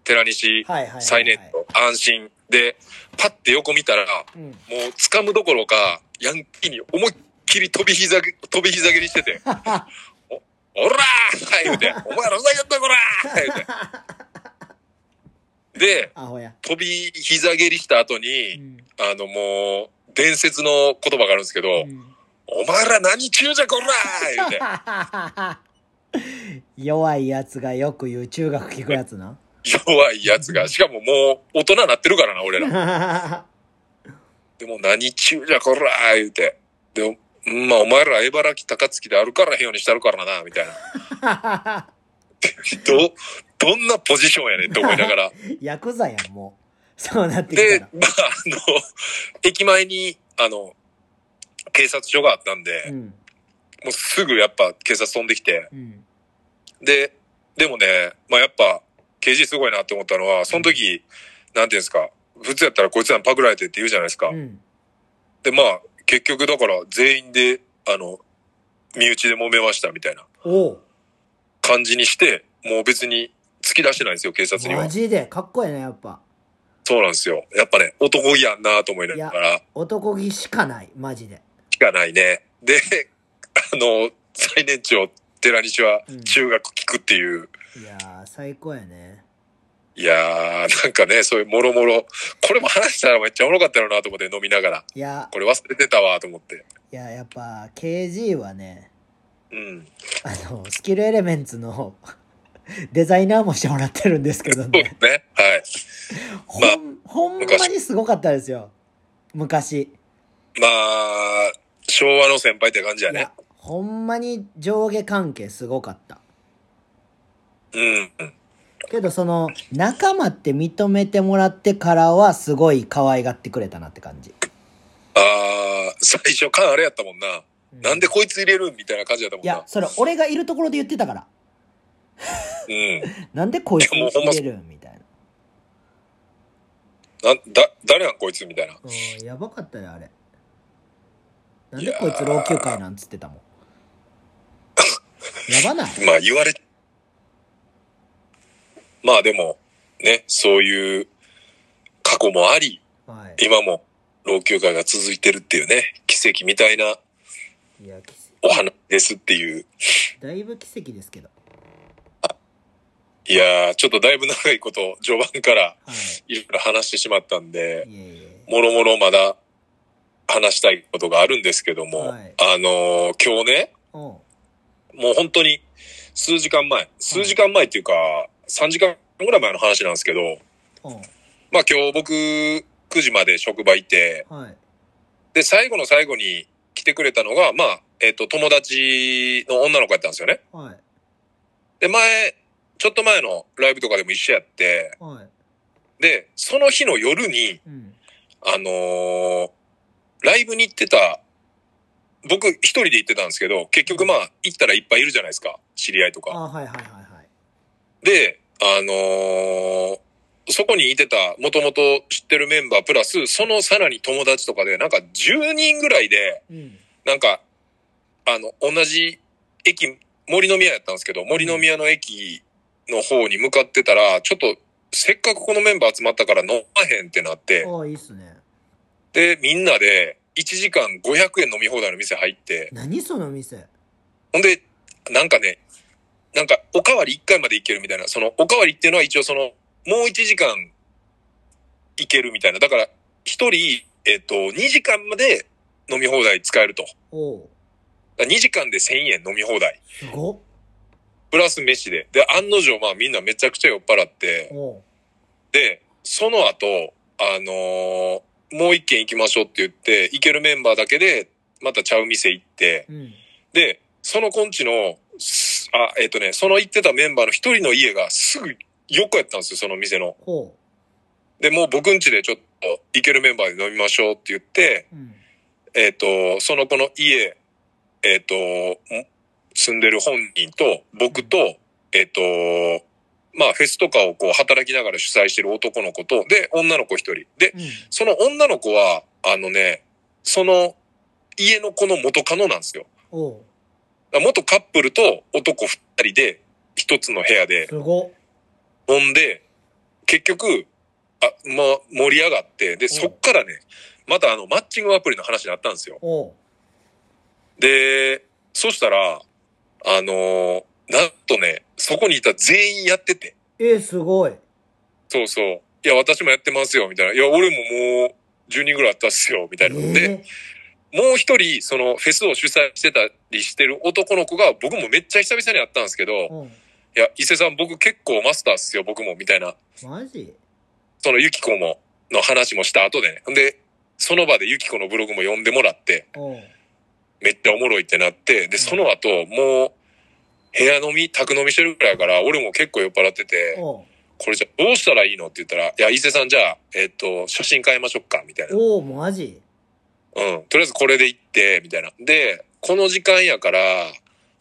[SPEAKER 2] 寺西、
[SPEAKER 1] はいはいはいはい。
[SPEAKER 2] 最年長、安心。で、パッて横見たら、も
[SPEAKER 1] うん。
[SPEAKER 2] う掴むどころか、ヤンキーに思いっきり飛び膝げ、飛び膝蹴りし てて、おらー言うて、お前らうざいやったこらー言う て。で、
[SPEAKER 1] アホや。
[SPEAKER 2] 飛び膝蹴りした後に、
[SPEAKER 1] うん。
[SPEAKER 2] あのもう、伝説の言葉があるんですけ
[SPEAKER 1] う
[SPEAKER 2] ど、
[SPEAKER 1] ん、
[SPEAKER 2] お前ら何中じゃこらー言うて
[SPEAKER 1] 弱いやつがよく言う中学聞くやつな。
[SPEAKER 2] 弱いやつが、しかももう大人になってるからな、俺ら。でも何中じゃこらー言うて。で、うんまあお前ら茨城高槻で歩からへんようにしたるからな、みたいな。ど、どんなポジションやねんって思いな がら。
[SPEAKER 1] ヤクザやん、もう。そうなってき
[SPEAKER 2] で
[SPEAKER 1] たら、。
[SPEAKER 2] まああの、駅前に、あの、警察署があったんで、
[SPEAKER 1] うん。
[SPEAKER 2] もうすぐやっぱ警察飛んできて、
[SPEAKER 1] うん。
[SPEAKER 2] で、でもね、まあやっぱ、刑事すごいなって思ったのは、その時、なんていうんですか、普通やったらこいつらパクられてって言うじゃないですか。
[SPEAKER 1] うん。
[SPEAKER 2] で、まあ、結局だから全員で、あの、身内で揉めましたみたいな。
[SPEAKER 1] おう
[SPEAKER 2] 感じにして、もう別に突き出してないんですよ、警察に
[SPEAKER 1] マ
[SPEAKER 2] は。
[SPEAKER 1] ジでかっこええねやっぱ
[SPEAKER 2] そうなんですよ。やっぱね、男気やんなと思いながら、
[SPEAKER 1] 男気しかないマジで
[SPEAKER 2] 聞かないね。で、あの、最年長、寺西は
[SPEAKER 1] うん
[SPEAKER 2] 中学聞くっていう、
[SPEAKER 1] いやー最高やね
[SPEAKER 2] いやー、なんかね、そういうもろもろ、これも話したらめっちゃおもろかったよなと思って飲みながら、
[SPEAKER 1] いや
[SPEAKER 2] これ忘れてたわと思って。
[SPEAKER 1] いややっぱ KG はね
[SPEAKER 2] うん。
[SPEAKER 1] あのスキルエレメンツの デザイナーもしてもらってるんですけど
[SPEAKER 2] そうで
[SPEAKER 1] ね
[SPEAKER 2] すね。はい。
[SPEAKER 1] ほんほんまにすごかったですよ昔
[SPEAKER 2] まあ、昭和の先輩って感じや
[SPEAKER 1] い
[SPEAKER 2] ね
[SPEAKER 1] や。ほんまに上下関係すごかった
[SPEAKER 2] うん。うん
[SPEAKER 1] けどその仲間って認めてもらってからはすごい可愛がってくれたなって感じ、
[SPEAKER 2] あー、最初感あれやったもんな。なんでこいつ入れるんみたいな感じやったもん
[SPEAKER 1] い
[SPEAKER 2] な。
[SPEAKER 1] やそれ俺がいるところで言ってたから
[SPEAKER 2] うん。
[SPEAKER 1] なんでこいつ
[SPEAKER 2] いやもうほんま
[SPEAKER 1] 入れるみたいな
[SPEAKER 2] なんだ、誰なんこいつみたいな。
[SPEAKER 1] うんやばかったよあれなんでこいつ老朽化やなんつってたもんやば ない
[SPEAKER 2] まあ言われ、まあでも、ね、そういう過去もあり、
[SPEAKER 1] は
[SPEAKER 2] 今も老朽化が続いてるっていうね、奇跡みたいない
[SPEAKER 1] いや奇
[SPEAKER 2] お話ですっていう。
[SPEAKER 1] 跡だいぶ奇跡ですけど
[SPEAKER 2] いやー、ちょっとだいぶ長いこと、序盤から
[SPEAKER 1] はい
[SPEAKER 2] ろいろ話してしまったんで
[SPEAKER 1] い、いえいえ
[SPEAKER 2] もろもろまだ話したいことがあるんですけども、
[SPEAKER 1] はい
[SPEAKER 2] あのー今日ね、
[SPEAKER 1] おう
[SPEAKER 2] もう本当に数時間前、数時間前っていうか、3時間ぐらい前の話なんですけど、
[SPEAKER 1] おう
[SPEAKER 2] まあ今日僕9時まで職場いて、
[SPEAKER 1] はい
[SPEAKER 2] で、最後の最後に来てくれたのが、まあ、えっ、と、友達の女の子やったんですよね。
[SPEAKER 1] はい
[SPEAKER 2] で、前、ちょっと前のライブとかでも一緒やって、
[SPEAKER 1] はい
[SPEAKER 2] で、その日の夜に、
[SPEAKER 1] うん
[SPEAKER 2] あのーライブに行ってた、僕一人で行ってたんですけど、結局まあ、行ったらいっぱいいるじゃないですか。知り合いとか。
[SPEAKER 1] あはいはいはいはい
[SPEAKER 2] で、あのーそこにいてた、もともと知ってるメンバー、プラス、そのさらに友達とかで、なんか10人ぐらいで、
[SPEAKER 1] うん
[SPEAKER 2] なんか、あの、同じ駅、森の宮やったんですけど、森の宮の駅の方に向かってたら、ちょっと、せっかくこのメンバー集まったから飲まへんってなって、
[SPEAKER 1] ああいいっすね
[SPEAKER 2] で、みんなで、1時間500円飲み放題の店入って、
[SPEAKER 1] 何その店
[SPEAKER 2] ほんで、なんかね、なんか、おかわり1回までいけるみたいな、その、おかわりっていうのは一応その、もう1時間いけるみたいな。だから、1人、えっと、2時間まで飲み放題使えると。
[SPEAKER 1] おう
[SPEAKER 2] 2時間で1000円飲み放題。
[SPEAKER 1] すごっ
[SPEAKER 2] プラス飯で。で、案の定、まあみんなめちゃくちゃ酔っ払って、
[SPEAKER 1] おう
[SPEAKER 2] で、その後、あのーもう一軒行きましょうって言って、行けるメンバーだけで、またちゃう店行って、
[SPEAKER 1] うん
[SPEAKER 2] で、そのコンチの、すあ、えっ、とね、その行ってたメンバーの一人の家がすぐ横やったんですよ、その店の。
[SPEAKER 1] ほ
[SPEAKER 2] で、もう僕ん家でちょっと行けるメンバーで飲みましょうって言って、
[SPEAKER 1] ううん
[SPEAKER 2] えっ、と、その子の家、えっ、と、ん住んでる本人と、僕と、えっ、と、まあ、フェスとかをこう、働きながら主催してる男の子と、で、女の子一人。で、
[SPEAKER 1] うん
[SPEAKER 2] その女の子は、あのね、その家の子の元カノなんですよ。
[SPEAKER 1] おう
[SPEAKER 2] だから元カップルと男二人で、一つの部屋です
[SPEAKER 1] ごっ
[SPEAKER 2] 飲んで、結局、あ、まあ、盛り上がって、で、そっからね、またあの、マッチングアプリの話になったんですよ。
[SPEAKER 1] おう
[SPEAKER 2] で、そしたら、あのーなんとね、そこにいた全員やってて、
[SPEAKER 1] えー、すごい
[SPEAKER 2] そうそう、いや、私もやってますよ、みたいな、いや、俺ももう10人ぐらいあったっすよ、みたいな。で、
[SPEAKER 1] え
[SPEAKER 2] もう一人、そのフェスを主催してたりしてる男の子が、僕もめっちゃ久々に会ったんですけど、
[SPEAKER 1] ー、うん
[SPEAKER 2] いや、伊勢さん僕結構マスターっすよ、僕も、みたいな。
[SPEAKER 1] マジ
[SPEAKER 2] そのゆきこも、の話もした後でね。ほんで、その場でゆきこのブログも読んでもらって、
[SPEAKER 1] おう
[SPEAKER 2] めっちゃおもろいってなって、で、その後、もう、部屋飲み、宅飲みしてるくらいやから、俺も結構酔っ払ってて、
[SPEAKER 1] おう
[SPEAKER 2] これじゃどうしたらいいのって言ったら、いや、伊勢さんじゃあ、えっと、写真変えましょうか、みたいな。うん。
[SPEAKER 1] おうマジ
[SPEAKER 2] とりあえずこれで行って、みたいな。で、この時間やから、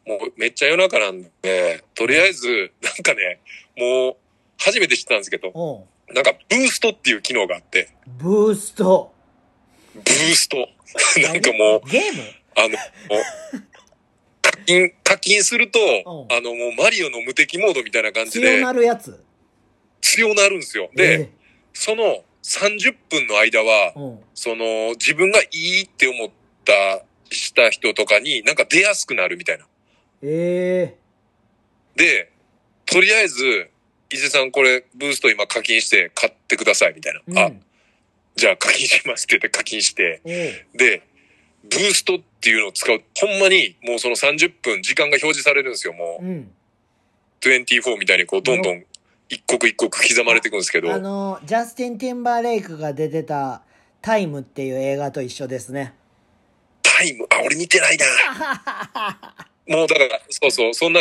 [SPEAKER 2] もうめっちゃ夜中なんで、とりあえず、なんかね、もう、初めて知ったんですけど、
[SPEAKER 1] おう
[SPEAKER 2] なんか、ブーストっていう機能があって、
[SPEAKER 1] ブースト
[SPEAKER 2] ブースト。なんかもう、
[SPEAKER 1] ゲーム
[SPEAKER 2] あの、もう画金、課金すると、
[SPEAKER 1] ん
[SPEAKER 2] あの、もうマリオの無敵モードみたいな感じ
[SPEAKER 1] 強
[SPEAKER 2] で、
[SPEAKER 1] なるやつ。
[SPEAKER 2] 強なるんですよ。で、
[SPEAKER 1] え
[SPEAKER 2] その30分の間は
[SPEAKER 1] え、うん。
[SPEAKER 2] その、自分がいいって思った、した人とかになんか出やすくなるみたいな。
[SPEAKER 1] え
[SPEAKER 2] で、とりあえず、伊勢さんこれ、ブースト今課金して買ってくださいみたいな。
[SPEAKER 1] えう
[SPEAKER 2] あ、
[SPEAKER 1] ん。
[SPEAKER 2] じゃあ課金しますって言って課金して、
[SPEAKER 1] おう
[SPEAKER 2] で、ブーストっていうのを使う。ほんまに、もうその30分、時間が表示されるんですよ、もう。
[SPEAKER 1] うん。
[SPEAKER 2] 24みたいにこう、どんどん、一刻一刻刻まれていくんですけど。
[SPEAKER 1] あの、ジャスティン・ティンバーレイクが出てた、タイムっていう映画と一緒ですね。
[SPEAKER 2] タイム、あ、俺見てないな。もうだから、そうそう、そんな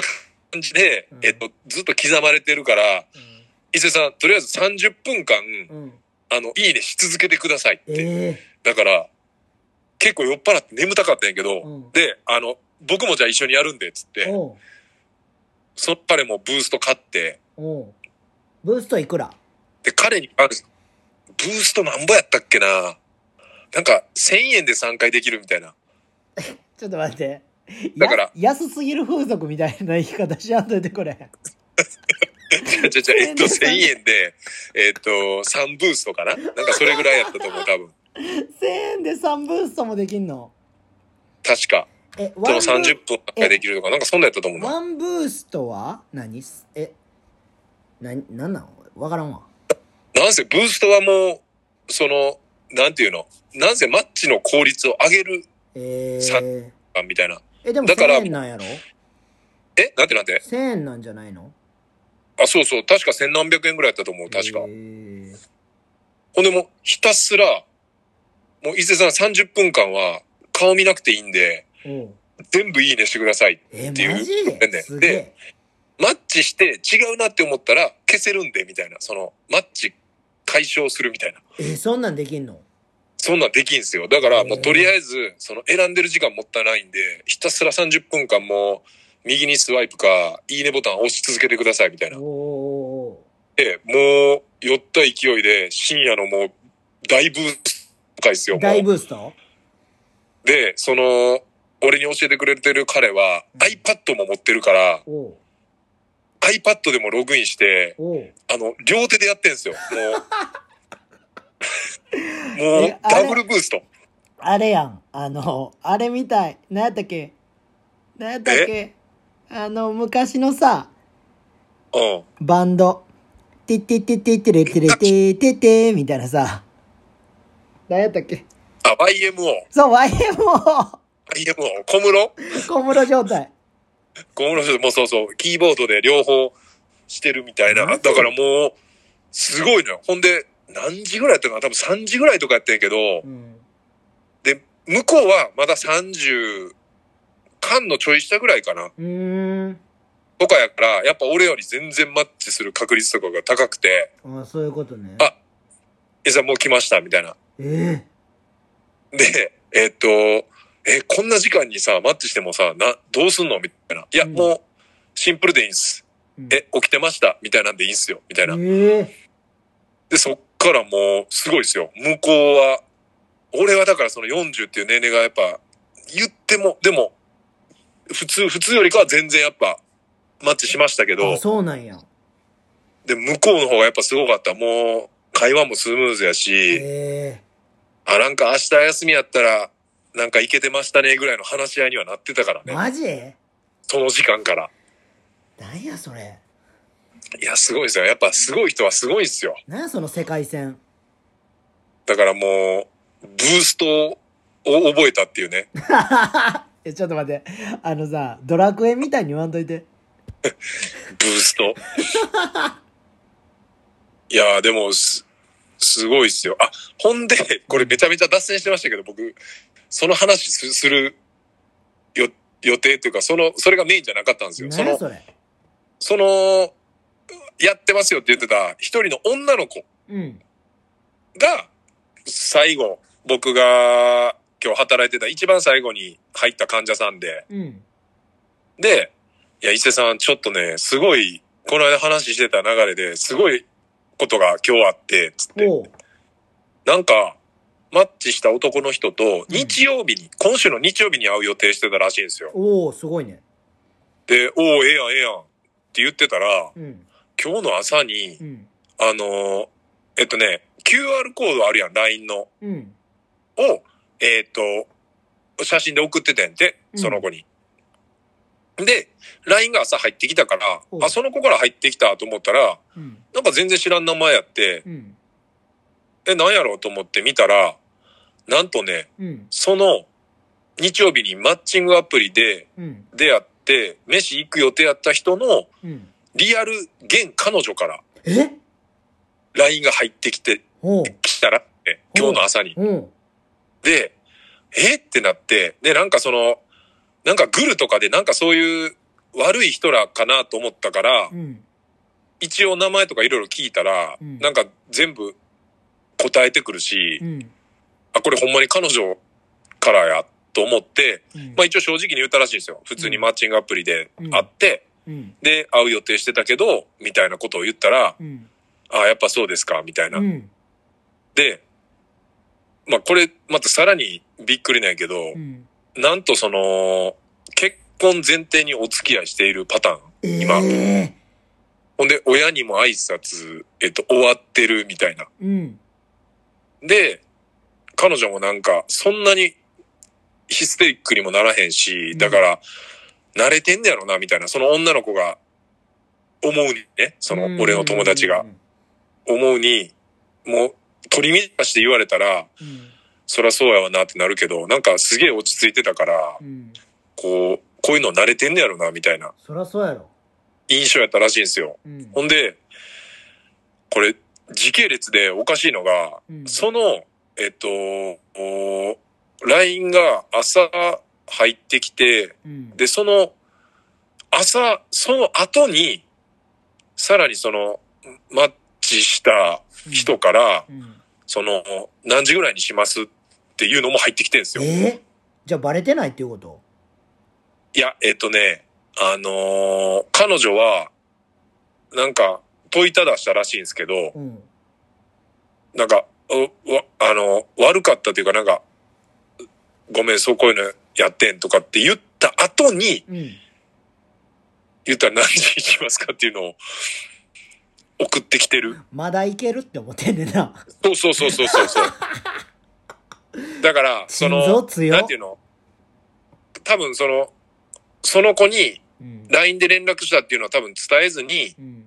[SPEAKER 2] 感じで
[SPEAKER 1] うん、
[SPEAKER 2] えっと、ずっと刻まれてるから、伊勢さん、とりあえず30分間、
[SPEAKER 1] うん。うん、
[SPEAKER 2] あの、いいねし続けてくださいって。
[SPEAKER 1] え
[SPEAKER 2] だから、結構酔っ払って眠たかったんやけど、
[SPEAKER 1] うん
[SPEAKER 2] で、あの、僕もじゃあ一緒にやるんで、つっ
[SPEAKER 1] え
[SPEAKER 2] て、
[SPEAKER 1] おう
[SPEAKER 2] そっ彼もブースト買って、
[SPEAKER 1] おうブーストいくら
[SPEAKER 2] で、彼に、ある、ブーストなんぼやったっけななんか、1000円で3回できるみたいな。
[SPEAKER 1] ちょっと待って。
[SPEAKER 2] だから
[SPEAKER 1] や安すぎる風俗みたいな言い方しやんといてこれ。
[SPEAKER 2] じゃじゃじゃ、えっと、1000円で、えっと、3ブーストかななんかそれぐらいやったと思う、多分。
[SPEAKER 1] 1000円で3ブーストもできんの
[SPEAKER 2] 確か。
[SPEAKER 1] え、
[SPEAKER 2] そ
[SPEAKER 1] ワ
[SPEAKER 2] の
[SPEAKER 1] ンブ
[SPEAKER 2] 30分ができるとか、なんかそんなんやったと思うな。
[SPEAKER 1] ワンブーストは何すえ、な、なんなんわからんわ。
[SPEAKER 2] なんせ、ブーストはもう、その、なんていうのなんせマッチの効率を上げる、
[SPEAKER 1] え
[SPEAKER 2] さ
[SPEAKER 1] ー、
[SPEAKER 2] みたいな。
[SPEAKER 1] え、でも
[SPEAKER 2] だ
[SPEAKER 1] 1000
[SPEAKER 2] から
[SPEAKER 1] 円なんやろ
[SPEAKER 2] えなんてなんて
[SPEAKER 1] ?1000 円なんじゃないの
[SPEAKER 2] あ、そうそう。確か千何百円ぐらいやったと思う、確か。
[SPEAKER 1] えー
[SPEAKER 2] ほんでもう、ひたすら、もう伊勢さん30分間は、顔見なくていいんで、
[SPEAKER 1] おう
[SPEAKER 2] 全部いいねしてください。
[SPEAKER 1] え
[SPEAKER 2] っていう
[SPEAKER 1] マジ
[SPEAKER 2] 面
[SPEAKER 1] で
[SPEAKER 2] です
[SPEAKER 1] げえ。
[SPEAKER 2] マッチして違うなって思ったら消せるんで、みたいな。その、マッチ解消するみたいな。
[SPEAKER 1] え、そんなんできんの
[SPEAKER 2] そんなんできんすよ。だから、もうとりあえず、その選んでる時間もったいないんで、ひたすら30分間もう、右にスワイプか、いいねボタン押し続けてくださいみた
[SPEAKER 1] お
[SPEAKER 2] いな
[SPEAKER 1] う。おうおう
[SPEAKER 2] で、もう、酔った勢いで、深夜のもう、大ブースト会です
[SPEAKER 1] お
[SPEAKER 2] よ、
[SPEAKER 1] う。大
[SPEAKER 2] もう。
[SPEAKER 1] ブースト
[SPEAKER 2] で、その、俺に教えてくれてる彼は、
[SPEAKER 1] うん
[SPEAKER 2] iPad も持ってるから、
[SPEAKER 1] おう
[SPEAKER 2] iPad でもログインして、
[SPEAKER 1] おう
[SPEAKER 2] あの、両手でやってんすよ。もう、もう
[SPEAKER 1] え、あれ
[SPEAKER 2] ダブルブースト。
[SPEAKER 1] あれやん。あの、あれみたい。何やったっけ何やったっけあの、昔のさ、
[SPEAKER 2] うん。
[SPEAKER 1] バンド。てってってってってれってれてててみたいなさ。何やったっけ
[SPEAKER 2] あ、YMO。
[SPEAKER 1] そう、YMO!
[SPEAKER 2] YMO。小室
[SPEAKER 1] 小室状態。
[SPEAKER 2] 小室さんもうそうそう、キーボードで両方してるみたいな。
[SPEAKER 1] マ
[SPEAKER 2] だ
[SPEAKER 1] ジ
[SPEAKER 2] からもう、すごいのよ。ほんで、何時ぐらいやったかな多分3時ぐらいとかやってんけど、
[SPEAKER 1] うん。
[SPEAKER 2] で、向こうはまだ30、間のちょい下ぐらいかな
[SPEAKER 1] うーん。
[SPEAKER 2] とかやから、やっぱ俺より全然マッチする確率とかが高くて、
[SPEAKER 1] あそういうことね。
[SPEAKER 2] あえ、じゃあもう来ました、みたいな。
[SPEAKER 1] え
[SPEAKER 2] で、えっと、え、こんな時間にさ、マッチしてもさ、な、どうすんのみたいな。いや、
[SPEAKER 1] うん
[SPEAKER 2] もう、シンプルでいいんす。
[SPEAKER 1] えうん。
[SPEAKER 2] え、起きてました、みたいなんでいいんすよ、みたいな。
[SPEAKER 1] ええ
[SPEAKER 2] で、そっからもう、すごいですよ。向こうは、俺はだからその40っていう年齢がやっぱ、言っても、でも、普通、普通よりかは全然やっぱ、マッチしましたけど
[SPEAKER 1] あ、、そうなんや。
[SPEAKER 2] で、向こうの方がやっぱすごかった。もう、会話もスムーズやし、
[SPEAKER 1] ええ
[SPEAKER 2] あ、なんか明日休みやったら、なんか行けてましたね、ぐらいの話し合いにはなってたからね。
[SPEAKER 1] マジ
[SPEAKER 2] その時間から。
[SPEAKER 1] なんやそれ。
[SPEAKER 2] いや、すごいですよ。やっぱすごい人はすごいですよ。
[SPEAKER 1] なんやその世界線。
[SPEAKER 2] だからもう、ブーストを覚えたっていうね。
[SPEAKER 1] え、ちょっと待って。あのさ、ドラクエみたいに言わんといて。
[SPEAKER 2] ブースト。いやー、でもす、すごいっすよ。あ、ほんで、これめちゃめちゃ脱線してましたけど、僕、その話すするよ予定というか、その、それがメインじゃなかったんですよ。そ
[SPEAKER 1] 何や
[SPEAKER 2] の、
[SPEAKER 1] それ。
[SPEAKER 2] その、やってますよって言ってた一人の女の子
[SPEAKER 1] うん。
[SPEAKER 2] が、最後、僕が今日働いてた一番最後に入った患者さんで、
[SPEAKER 1] うん。
[SPEAKER 2] で、いや、伊勢さん、ちょっとね、すごい、この間話してた流れで、すごいことが今日あって、つって、
[SPEAKER 1] おう。
[SPEAKER 2] なんか、マッチした男の人と、日曜日に、今週の日曜日に会う予定してたらしいんですよ。
[SPEAKER 1] おおすごいね。
[SPEAKER 2] で、おお、ええやん、ええやんって言ってたら、
[SPEAKER 1] うん。
[SPEAKER 2] 今日の朝に
[SPEAKER 1] う、ん。
[SPEAKER 2] あのーえっとね、QR コードあるやん、LINE の。
[SPEAKER 1] うん。
[SPEAKER 2] を、えっ、と、写真で送っててんで、
[SPEAKER 1] うん
[SPEAKER 2] その子に。で、LINE が朝入ってきたから
[SPEAKER 1] う、ん
[SPEAKER 2] あ、その子から入ってきたと思ったら、
[SPEAKER 1] うん。
[SPEAKER 2] なんか全然知らん名前やって、
[SPEAKER 1] うん。
[SPEAKER 2] え、なんやろうと思って見たら、なんとね、
[SPEAKER 1] うん。
[SPEAKER 2] その日曜日にマッチングアプリで
[SPEAKER 1] うん。
[SPEAKER 2] 出会って、飯行く予定やった人の
[SPEAKER 1] うん。
[SPEAKER 2] リアル現彼女から
[SPEAKER 1] え
[SPEAKER 2] LINE が入ってきて、
[SPEAKER 1] おう。
[SPEAKER 2] きたらって、今日の朝に。
[SPEAKER 1] おう。
[SPEAKER 2] で、えってなって、で、なんかその、なんかグルとかでなんかそういう悪い人らかなと思ったから
[SPEAKER 1] う、ん。
[SPEAKER 2] 一応名前とかいろいろ聞いたら、
[SPEAKER 1] うん
[SPEAKER 2] なんか全部答えてくるし
[SPEAKER 1] う、ん。
[SPEAKER 2] あ、これほんまに彼女からやと思って、
[SPEAKER 1] うん
[SPEAKER 2] まあ一応正直に言ったらしいんですよ。普通にマッチングアプリで
[SPEAKER 1] うん
[SPEAKER 2] 会って、
[SPEAKER 1] うん。
[SPEAKER 2] で、会う予定してたけど、みたいなことを言ったら、
[SPEAKER 1] うん。
[SPEAKER 2] あ、やっぱそうですか、みたいな。
[SPEAKER 1] うん。
[SPEAKER 2] で、まあこれ、またさらにびっくりなんやけど、
[SPEAKER 1] うん。
[SPEAKER 2] なんとその、結婚前提にお付き合いしているパターン。今
[SPEAKER 1] え
[SPEAKER 2] ほんで、親にも挨拶、えっと、終わってるみたいな。
[SPEAKER 1] ーうん。
[SPEAKER 2] で、彼女もなんか、そんなにヒステリックにもならへんし、だから、慣れてんねやろな、みたいな。その女の子が、思うにね、その、俺の友達が、思うに、もう、取り乱して言われたら、
[SPEAKER 1] うん。
[SPEAKER 2] そりゃそうやわなってなるけど、なんかすげえ落ち着いてたから
[SPEAKER 1] う、ん。
[SPEAKER 2] こう、こういうの慣れてんねやろな、みたいな
[SPEAKER 1] そりゃそうやろ。
[SPEAKER 2] 印象やったらしいんですよ。
[SPEAKER 1] うん。
[SPEAKER 2] ほんで、これ、時系列でおかしいのが、
[SPEAKER 1] うん
[SPEAKER 2] その、えっと、お LINE が朝入ってきて、
[SPEAKER 1] うん。
[SPEAKER 2] で、その、朝、その後に、さらにその、マッチした人から、
[SPEAKER 1] うん。
[SPEAKER 2] その、何時ぐらいにしますっていうのも入ってきてるんですよ。
[SPEAKER 1] えーじゃあバレてないっていうこと
[SPEAKER 2] いや、えっとね、あのー彼女は、なんか、問いただしたらしいんですけど、
[SPEAKER 1] うん。
[SPEAKER 2] なんか、うわ、あの、悪かったというか、なんか、ごめん、そうこういうのやってんとかって言った後に、
[SPEAKER 1] うん。
[SPEAKER 2] 言ったら何時行きますかっていうのを送ってきてる。
[SPEAKER 1] まだいけるって思ってんねんな。
[SPEAKER 2] そうそうそうそうそうそう。だから、そ
[SPEAKER 1] 心臓
[SPEAKER 2] の、
[SPEAKER 1] 強
[SPEAKER 2] なんていうの多分その、その子に
[SPEAKER 1] うん。
[SPEAKER 2] LINE で連絡したっていうのは多分伝えずに、
[SPEAKER 1] うん。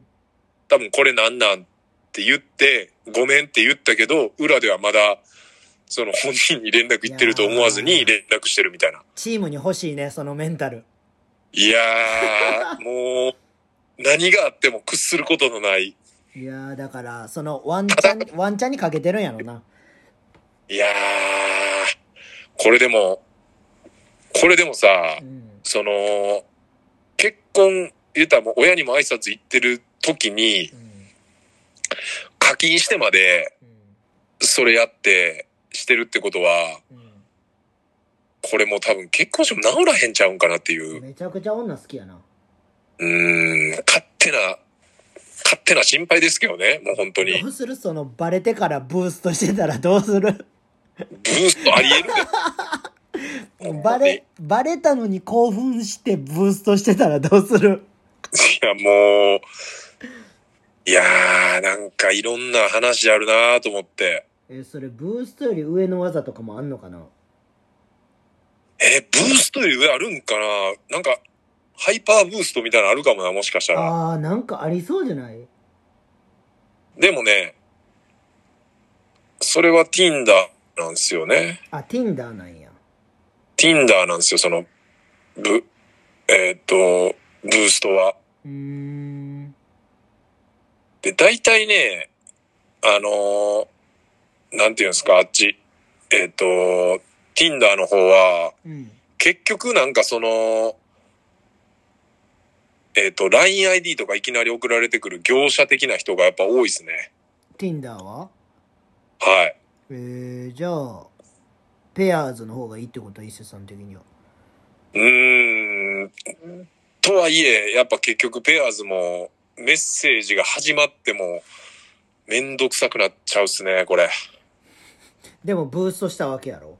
[SPEAKER 2] 多分これなんなんって言って、ごめんって言ったけど、裏ではまだ、その本人に連絡行ってると思わず
[SPEAKER 1] いや
[SPEAKER 2] に
[SPEAKER 1] ー
[SPEAKER 2] 連絡してるみたいな。
[SPEAKER 1] チームに欲しいね、そのメンタル。
[SPEAKER 2] いや ー、もう、何があっても屈することのない。
[SPEAKER 1] いやー、だから、その、ワンチ ャン、ワンチャンにかけてるんやろな。
[SPEAKER 2] いやー、これでも、これでもさ、
[SPEAKER 1] うん。
[SPEAKER 2] その、結婚、言ったらもう親にも挨拶行ってる時に
[SPEAKER 1] う、ん。
[SPEAKER 2] 課金してまで、
[SPEAKER 1] うん
[SPEAKER 2] それやって、してるってことは、
[SPEAKER 1] う
[SPEAKER 2] これもう多分結婚しても治らへんちゃうんかなっていう。
[SPEAKER 1] ん。めちゃくちゃ女好きやな。
[SPEAKER 2] うーん、勝手な、勝手な心配ですけどね、もう本当に
[SPEAKER 1] ど。うするその、バレてからブーストしてたらどうする
[SPEAKER 2] ブーストありえるねほんまに
[SPEAKER 1] バレ、バレたのに興奮してブーストしてたらどうする
[SPEAKER 2] いや、もう、いやー、なんかいろんな話あるなーと思って。
[SPEAKER 1] え、それ、ブーストより上の技とかもあんのかな
[SPEAKER 2] え、ブーストより上あるんかななんか、ハイパーブーストみたいなのあるかもな、もしかしたら。
[SPEAKER 1] あー、なんかありそうじゃない
[SPEAKER 2] でもね、それは Tinder なんですよね。
[SPEAKER 1] あ、Tinder なんや。
[SPEAKER 2] Tinder なんですよ、その、ブ、えーっと、ブーストは。
[SPEAKER 1] うーん。
[SPEAKER 2] で、大体ね、あのーなんていうんですか、あっち、えっ、と、Tinder の方は、
[SPEAKER 1] うん。
[SPEAKER 2] 結局なんかその、えっ、と、LINEID とかいきなり送られてくる業者的な人がやっぱ多いですね。
[SPEAKER 1] Tinder は
[SPEAKER 2] はい。
[SPEAKER 1] えー、じゃあ、ペアーズの方がいいってこと伊勢さん的には。
[SPEAKER 2] うーん。とはいえ、やっぱ結局ペアーズもメッセージが始まっても、めんどくさくなっちゃうっすね、これ。
[SPEAKER 1] でも、ブーストしたわけやろ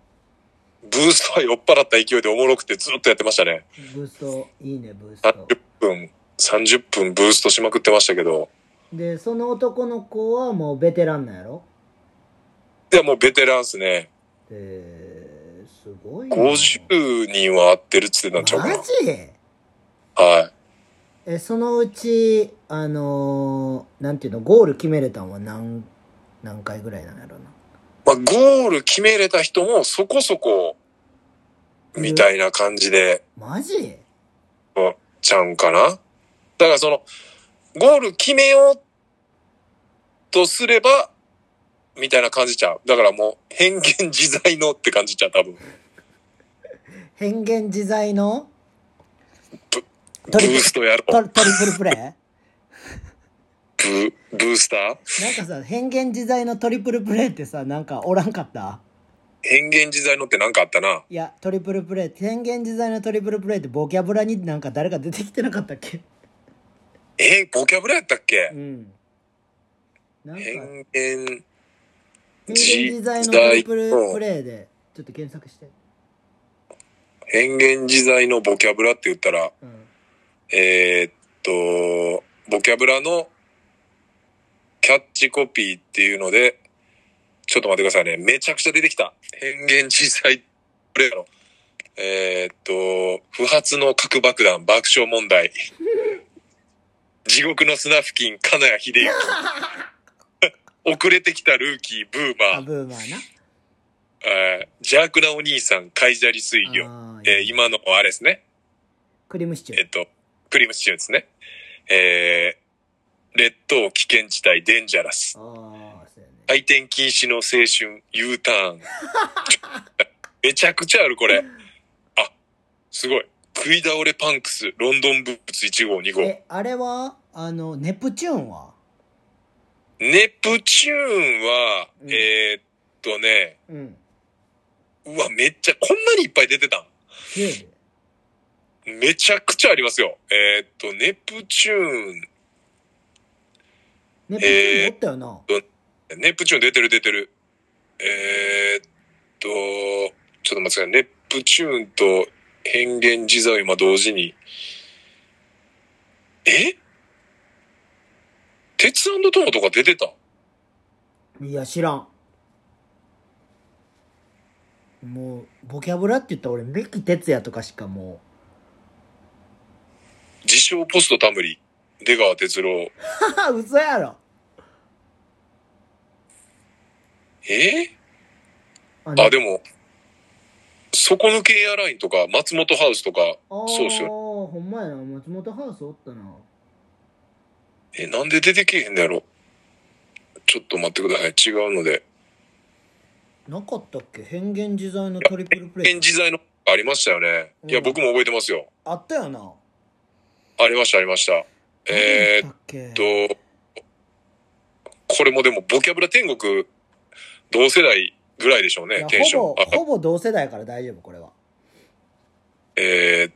[SPEAKER 2] ブーストは酔っ払った勢いでおもろくてずっとやってましたね。
[SPEAKER 1] ブーストいいねブースト
[SPEAKER 2] 30分、30分ブーストしまくってましたけど、
[SPEAKER 1] でその男の子はもうベテランなんやろ
[SPEAKER 2] いやもうベテランっすね。
[SPEAKER 1] えー、すごいな
[SPEAKER 2] 50人は合ってるっつってたんちゃうか
[SPEAKER 1] マ
[SPEAKER 2] な
[SPEAKER 1] ジ。
[SPEAKER 2] はい。
[SPEAKER 1] えそのうちあのー、なんていうのゴール決めれたんは何何回ぐらいなんやろな
[SPEAKER 2] まあ、ゴール決めれた人もそこそこ、みたいな感じで、
[SPEAKER 1] マジ
[SPEAKER 2] ちゃうんかな。だからその、ゴール決めようとすれば、みたいな感じちゃう。だからもう、変幻自在のって感じちゃう、多分。
[SPEAKER 1] 変幻自在の
[SPEAKER 2] ブーストやろ
[SPEAKER 1] ト
[SPEAKER 2] う。
[SPEAKER 1] リトリプルプレー
[SPEAKER 2] ブー、ブースター
[SPEAKER 1] なんかさ変幻自在のトリプルプレーってさなんかおらんかった
[SPEAKER 2] 変幻自在のってなんかあったな。
[SPEAKER 1] いやトリプルプレー変幻自在のトリプルプレーってボキャブラになんか誰か出てきてなかったっけ
[SPEAKER 2] えーボキャブラやったっけ
[SPEAKER 1] うんなんか変
[SPEAKER 2] 変幻、
[SPEAKER 1] 幻自在のトリプルプレーでちょっと検索して
[SPEAKER 2] 変幻自在のボキャブラって言ったら、
[SPEAKER 1] うん
[SPEAKER 2] えーっと、ボキャブラのキャッチコピーっていうので、ちょっと待ってくださいね。めちゃくちゃ出てきた。変幻小さいプレイヤーの。えーっと、不発の核爆弾、爆笑問題。地獄の砂付近、金谷秀幸。 遅れてきたルーキー、ブー
[SPEAKER 1] あ
[SPEAKER 2] マー。
[SPEAKER 1] ブーマーな
[SPEAKER 2] えー邪悪なお兄さん、海砂利水魚。
[SPEAKER 1] あー
[SPEAKER 2] えー今の、あれですね。
[SPEAKER 1] クリームシチュ
[SPEAKER 2] え
[SPEAKER 1] ー
[SPEAKER 2] っと、クリームシチューですね。えー、列島危険地帯デンジャラス。
[SPEAKER 1] ああそうやね
[SPEAKER 2] 回転禁止の青春 U ター ン。めちゃくちゃある、これ。あ、すごい。食い倒れパンクス、ロンドンブーツ1号2号。
[SPEAKER 1] えあれはあのネプチューンは
[SPEAKER 2] ネプチューンは、
[SPEAKER 1] うん
[SPEAKER 2] えーっとね、
[SPEAKER 1] うん
[SPEAKER 2] うわ、めっちゃ、こんなにいっぱい出てたん
[SPEAKER 1] すげえで
[SPEAKER 2] めちゃくちゃありますよ。えーっと、ネプチューン、
[SPEAKER 1] ネプチューンおったよな、
[SPEAKER 2] ネプチューン出てる出てる。えー、っと、ちょっと待ってください。ネプチューンと変幻自在を今同時に。え鉄トモとか出てた
[SPEAKER 1] いや知らんもうボキャブラって言ったら俺三木哲也とかしかも
[SPEAKER 2] 自称ポストタムリ。出川哲郎。
[SPEAKER 1] う はは嘘やろ
[SPEAKER 2] え
[SPEAKER 1] あ
[SPEAKER 2] あ、でも、底抜けエアラインとか、松本ハウスとか、
[SPEAKER 1] も
[SPEAKER 2] そうっすよ
[SPEAKER 1] ほんまやな松本ハウスおったな
[SPEAKER 2] え、なんで出てけえへんのやろちょっと待ってください。違うので。
[SPEAKER 1] なかったっけ変幻自在のトリプルプレ
[SPEAKER 2] 変
[SPEAKER 1] イ
[SPEAKER 2] 自在のありましたよね。いや、
[SPEAKER 1] うん
[SPEAKER 2] 僕も覚えてますよ。
[SPEAKER 1] あったよな
[SPEAKER 2] ありました、ありました。
[SPEAKER 1] 何やっ
[SPEAKER 2] え
[SPEAKER 1] たっけ
[SPEAKER 2] ーっと、これもでも、ボキャブラ天国、同世代ぐらいでしょう
[SPEAKER 1] い
[SPEAKER 2] ね
[SPEAKER 1] や、
[SPEAKER 2] テンション
[SPEAKER 1] ほ。ぼほぼ同世代やから大丈夫これは
[SPEAKER 2] えーっ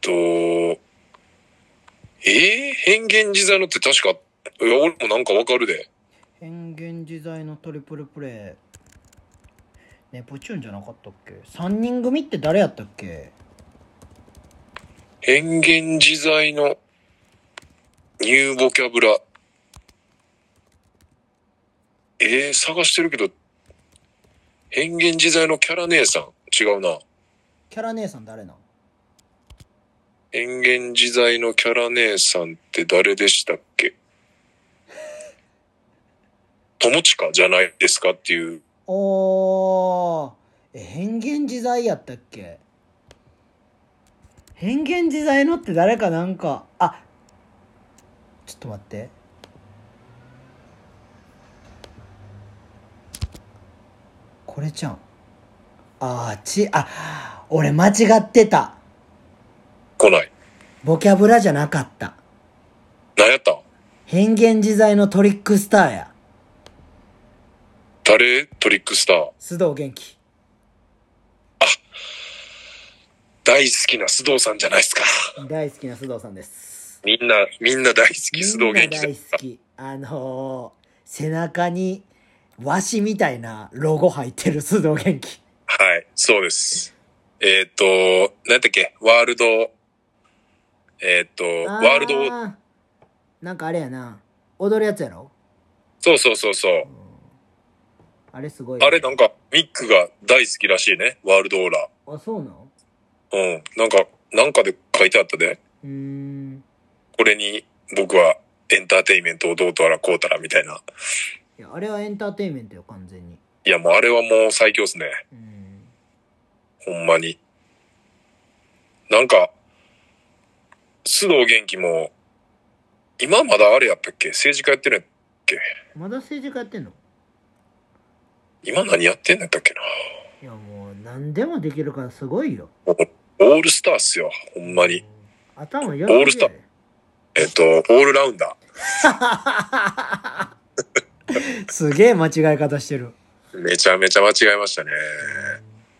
[SPEAKER 2] と、えー、変幻自在のって確か、いや、俺もなんかわかるで。
[SPEAKER 1] 変幻自在のトリプルプレイネプチューンじゃなかったっけ3人組って誰やったっけ
[SPEAKER 2] 変幻自在の、ニューボキャブラ。えー、探してるけど、変幻自在のキャラ姉さん。違うな。
[SPEAKER 1] キャラ姉さん誰なん
[SPEAKER 2] 変幻自在のキャラ姉さんって誰でしたっけ友近じゃないですかっていう。
[SPEAKER 1] おーえ変幻自在やったっけ変幻自在のって誰かなんかあちょっと待ってこれちゃんあーちあ俺間違ってた
[SPEAKER 2] 来ない。
[SPEAKER 1] ボキャブラじゃなかった
[SPEAKER 2] 何やった
[SPEAKER 1] 変幻自在のトリックスターや
[SPEAKER 2] 誰トリックスター。
[SPEAKER 1] 須藤元気
[SPEAKER 2] 大好きな須藤さんじゃないですか。
[SPEAKER 1] 大好きな須藤さんです
[SPEAKER 2] みんな、みんな大好き、須藤
[SPEAKER 1] み
[SPEAKER 2] 元気
[SPEAKER 1] んな大好きあのー背中に和紙みたいなロゴ入ってる須藤元気
[SPEAKER 2] はい。そうです。えーっ、と、なんだっけ、ワールド、えーっ、と、
[SPEAKER 1] あ
[SPEAKER 2] ワールド、
[SPEAKER 1] なんかあれやな踊るやつやろ、
[SPEAKER 2] そうそうそうそう
[SPEAKER 1] う。んあれすごいよ
[SPEAKER 2] あれなんか、ミックが大好きらしいね、ワールドオーラ。
[SPEAKER 1] あそうなの
[SPEAKER 2] うん。なんか、なんかで書いてあったで、
[SPEAKER 1] うーん
[SPEAKER 2] これに僕はエンターテインメントをどうとあらこうたらみたいな。
[SPEAKER 1] いやあれはエンターテインメントよ完全に
[SPEAKER 2] いや、もうあれはもう最強っすね。
[SPEAKER 1] うん
[SPEAKER 2] ほんまに。なんか、須藤元気も、今まだあれやったっけ政治家やってるんや
[SPEAKER 1] まだ政治家やってんの
[SPEAKER 2] 今何やってんだったっけない
[SPEAKER 1] やもう何でもできるからすごいよ
[SPEAKER 2] オールスターっすよ。ほんまに。
[SPEAKER 1] 頭よ
[SPEAKER 2] オールスターえっと、オールラウンダ
[SPEAKER 1] すげえ間違い方してる
[SPEAKER 2] ー。めちゃめちゃ間違えましたね。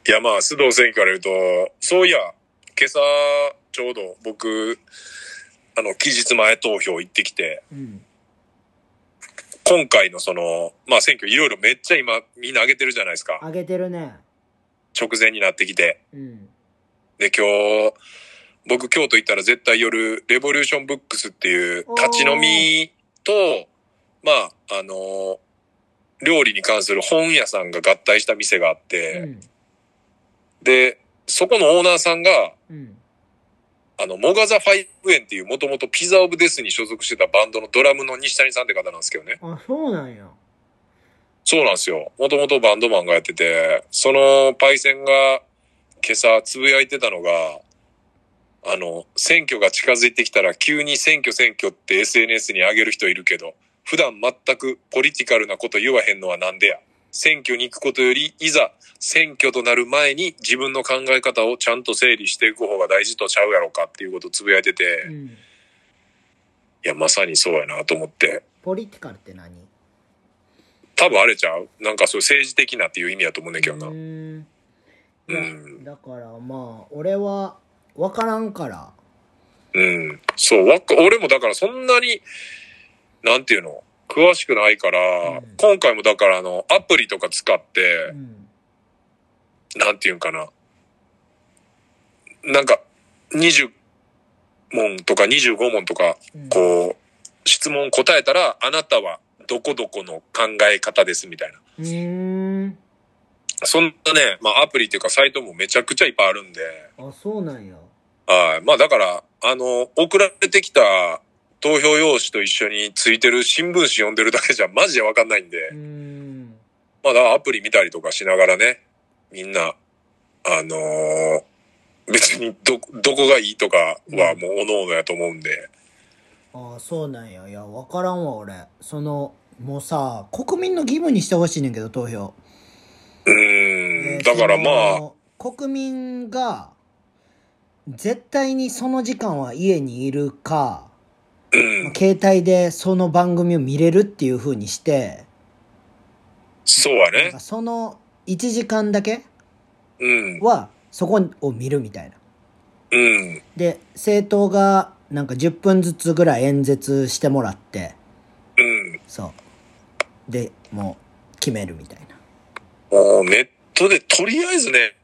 [SPEAKER 2] いや、まあ、須藤選挙から言うと、そういや、今朝、ちょうど僕、あの、期日前投票行ってきて、
[SPEAKER 1] うん
[SPEAKER 2] 今回のその、まあ選挙いろいろめっちゃ今みんな上げてるじゃないですか。
[SPEAKER 1] 上げてるね
[SPEAKER 2] 直前になってきて。
[SPEAKER 1] うん
[SPEAKER 2] で、今日、僕京都行ったら絶対夜、レボリューションブックスっていう
[SPEAKER 1] おー
[SPEAKER 2] 立ち飲みと、まあ、あの、料理に関する本屋さんが合体した店があっ
[SPEAKER 1] う
[SPEAKER 2] て、
[SPEAKER 1] ん
[SPEAKER 2] で、そこのオーナーさんが、
[SPEAKER 1] うん
[SPEAKER 2] あの、モガザ5円っていうもともとピザオブデスに所属してたバンドのドラムの西谷さんって方なんですけどね。
[SPEAKER 1] あそうなんや
[SPEAKER 2] そうなんですよ。もともとバンドマンがやってて、そのパイセンが今朝つぶやいてたのが、あの、選挙が近づいてきたら急に選挙選挙って SNS に上げる人いるけど、普段全くポリティカルなこと言わへんのはなんでや。選挙に行くことより、いざ選挙となる前に自分の考え方をちゃんと整理していく方が大事とちゃうやろかっていうことをつぶやいてて、
[SPEAKER 1] う
[SPEAKER 2] い
[SPEAKER 1] ん
[SPEAKER 2] や、まさにそうやなと思って。
[SPEAKER 1] ポリティカルって何
[SPEAKER 2] 多分あれちゃうなんかそう政治的なっていう意味やと思うねんだけどな。
[SPEAKER 1] うーんい
[SPEAKER 2] うん
[SPEAKER 1] やだからまあ俺は分からんから
[SPEAKER 2] うん。そう、わか、俺もだからそんなに、なんていうの、詳しくないか
[SPEAKER 1] う
[SPEAKER 2] ら、
[SPEAKER 1] ん
[SPEAKER 2] 今回もだからあの、アプリとか使っ
[SPEAKER 1] う
[SPEAKER 2] て、
[SPEAKER 1] ん
[SPEAKER 2] なんていうんかな。なんか、20問とか25問とか、
[SPEAKER 1] うん
[SPEAKER 2] こう、質問答えたら、あなたはどこどこの考え方ですみたいな。
[SPEAKER 1] うーん
[SPEAKER 2] そんなね、まあアプリっていうかサイトもめちゃくちゃいっぱいあるんで、
[SPEAKER 1] あそうなんや
[SPEAKER 2] はい。まあだから、あの、送られてきた投票用紙と一緒についてる新聞紙読んでるだけじゃ マジでわかんないん
[SPEAKER 1] う
[SPEAKER 2] で、
[SPEAKER 1] ーん
[SPEAKER 2] まあだからアプリ見たりとかしながらね、みんな、あのー別にど、どこがいいとかはもう各々やと思うんで、
[SPEAKER 1] ああそうなんやいや分からんわ俺そのもうさ国民の義務にしてほしいねんけど投票、
[SPEAKER 2] う
[SPEAKER 1] ね
[SPEAKER 2] ーん、だからまあ、
[SPEAKER 1] その国民が絶対にその時間は家にいるか、
[SPEAKER 2] う
[SPEAKER 1] まあ
[SPEAKER 2] ん、
[SPEAKER 1] 携帯でその番組を見れるっていう風にして
[SPEAKER 2] そうは
[SPEAKER 1] なん
[SPEAKER 2] ね
[SPEAKER 1] か、その1時間だけ
[SPEAKER 2] うん、
[SPEAKER 1] はそこを見るみたいな
[SPEAKER 2] うん、
[SPEAKER 1] で政党がなんか10分ずつぐらい演説してもらって
[SPEAKER 2] うん。
[SPEAKER 1] そうでもう決めるみたいな
[SPEAKER 2] もうネットで、とりあえずね、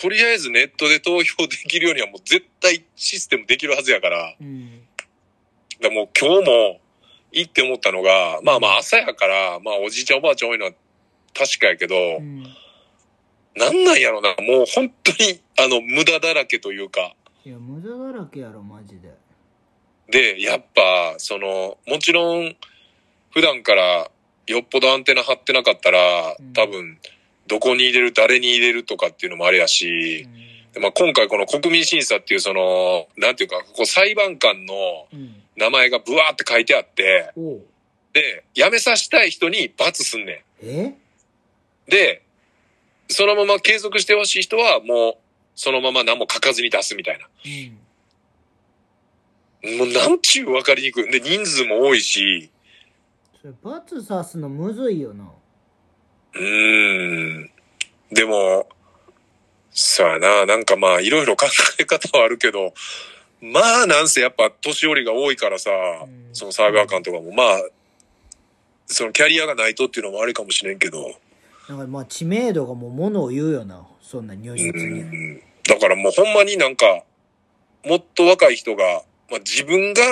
[SPEAKER 2] とりあえずネットで投票できるようにはもう絶対システムできるはずやから、
[SPEAKER 1] うん
[SPEAKER 2] でもう今日も行って思ったのが、まあまあ朝やから、まあおじいちゃんおばあちゃん多いのは確かやけど、
[SPEAKER 1] うん
[SPEAKER 2] なんなんやろな、もう本当にあの無駄だらけというか。
[SPEAKER 1] いや無駄だらけやろマジで
[SPEAKER 2] で、やっぱ、その、もちろん普段からよっぽどアンテナ張ってなかったら
[SPEAKER 1] うん、
[SPEAKER 2] 多分どこに入れる、誰に入れるとかっていうのもあれやし、でまあ、今回この国民審査っていうその、なんていうか、こう裁判官の
[SPEAKER 1] うん、うん、
[SPEAKER 2] 名前がブワーって書いてあって、
[SPEAKER 1] おう
[SPEAKER 2] で、辞めさせたい人に罰すんねん。
[SPEAKER 1] え
[SPEAKER 2] で、そのまま継続してほしい人はもう、そのまま何も書かずに出すみたいな。
[SPEAKER 1] うん
[SPEAKER 2] もうなんちゅう分かりにくい。で、人数も多いし、
[SPEAKER 1] それ罰さすのむずいよな
[SPEAKER 2] うーん。でも、さあな、なんかまあいろいろ考え方はあるけど、まあなんせやっぱ年寄りが多いからさ、
[SPEAKER 1] ん
[SPEAKER 2] そのサーバー感とかも、まあ、そのキャリアがないとっていうのもあれかもしれんけど、
[SPEAKER 1] なんかまあ知名度がもうものを言うよなそんな如
[SPEAKER 2] う
[SPEAKER 1] 実に。
[SPEAKER 2] ん。だからもうほんまになんか、もっと若い人が、まあ自分が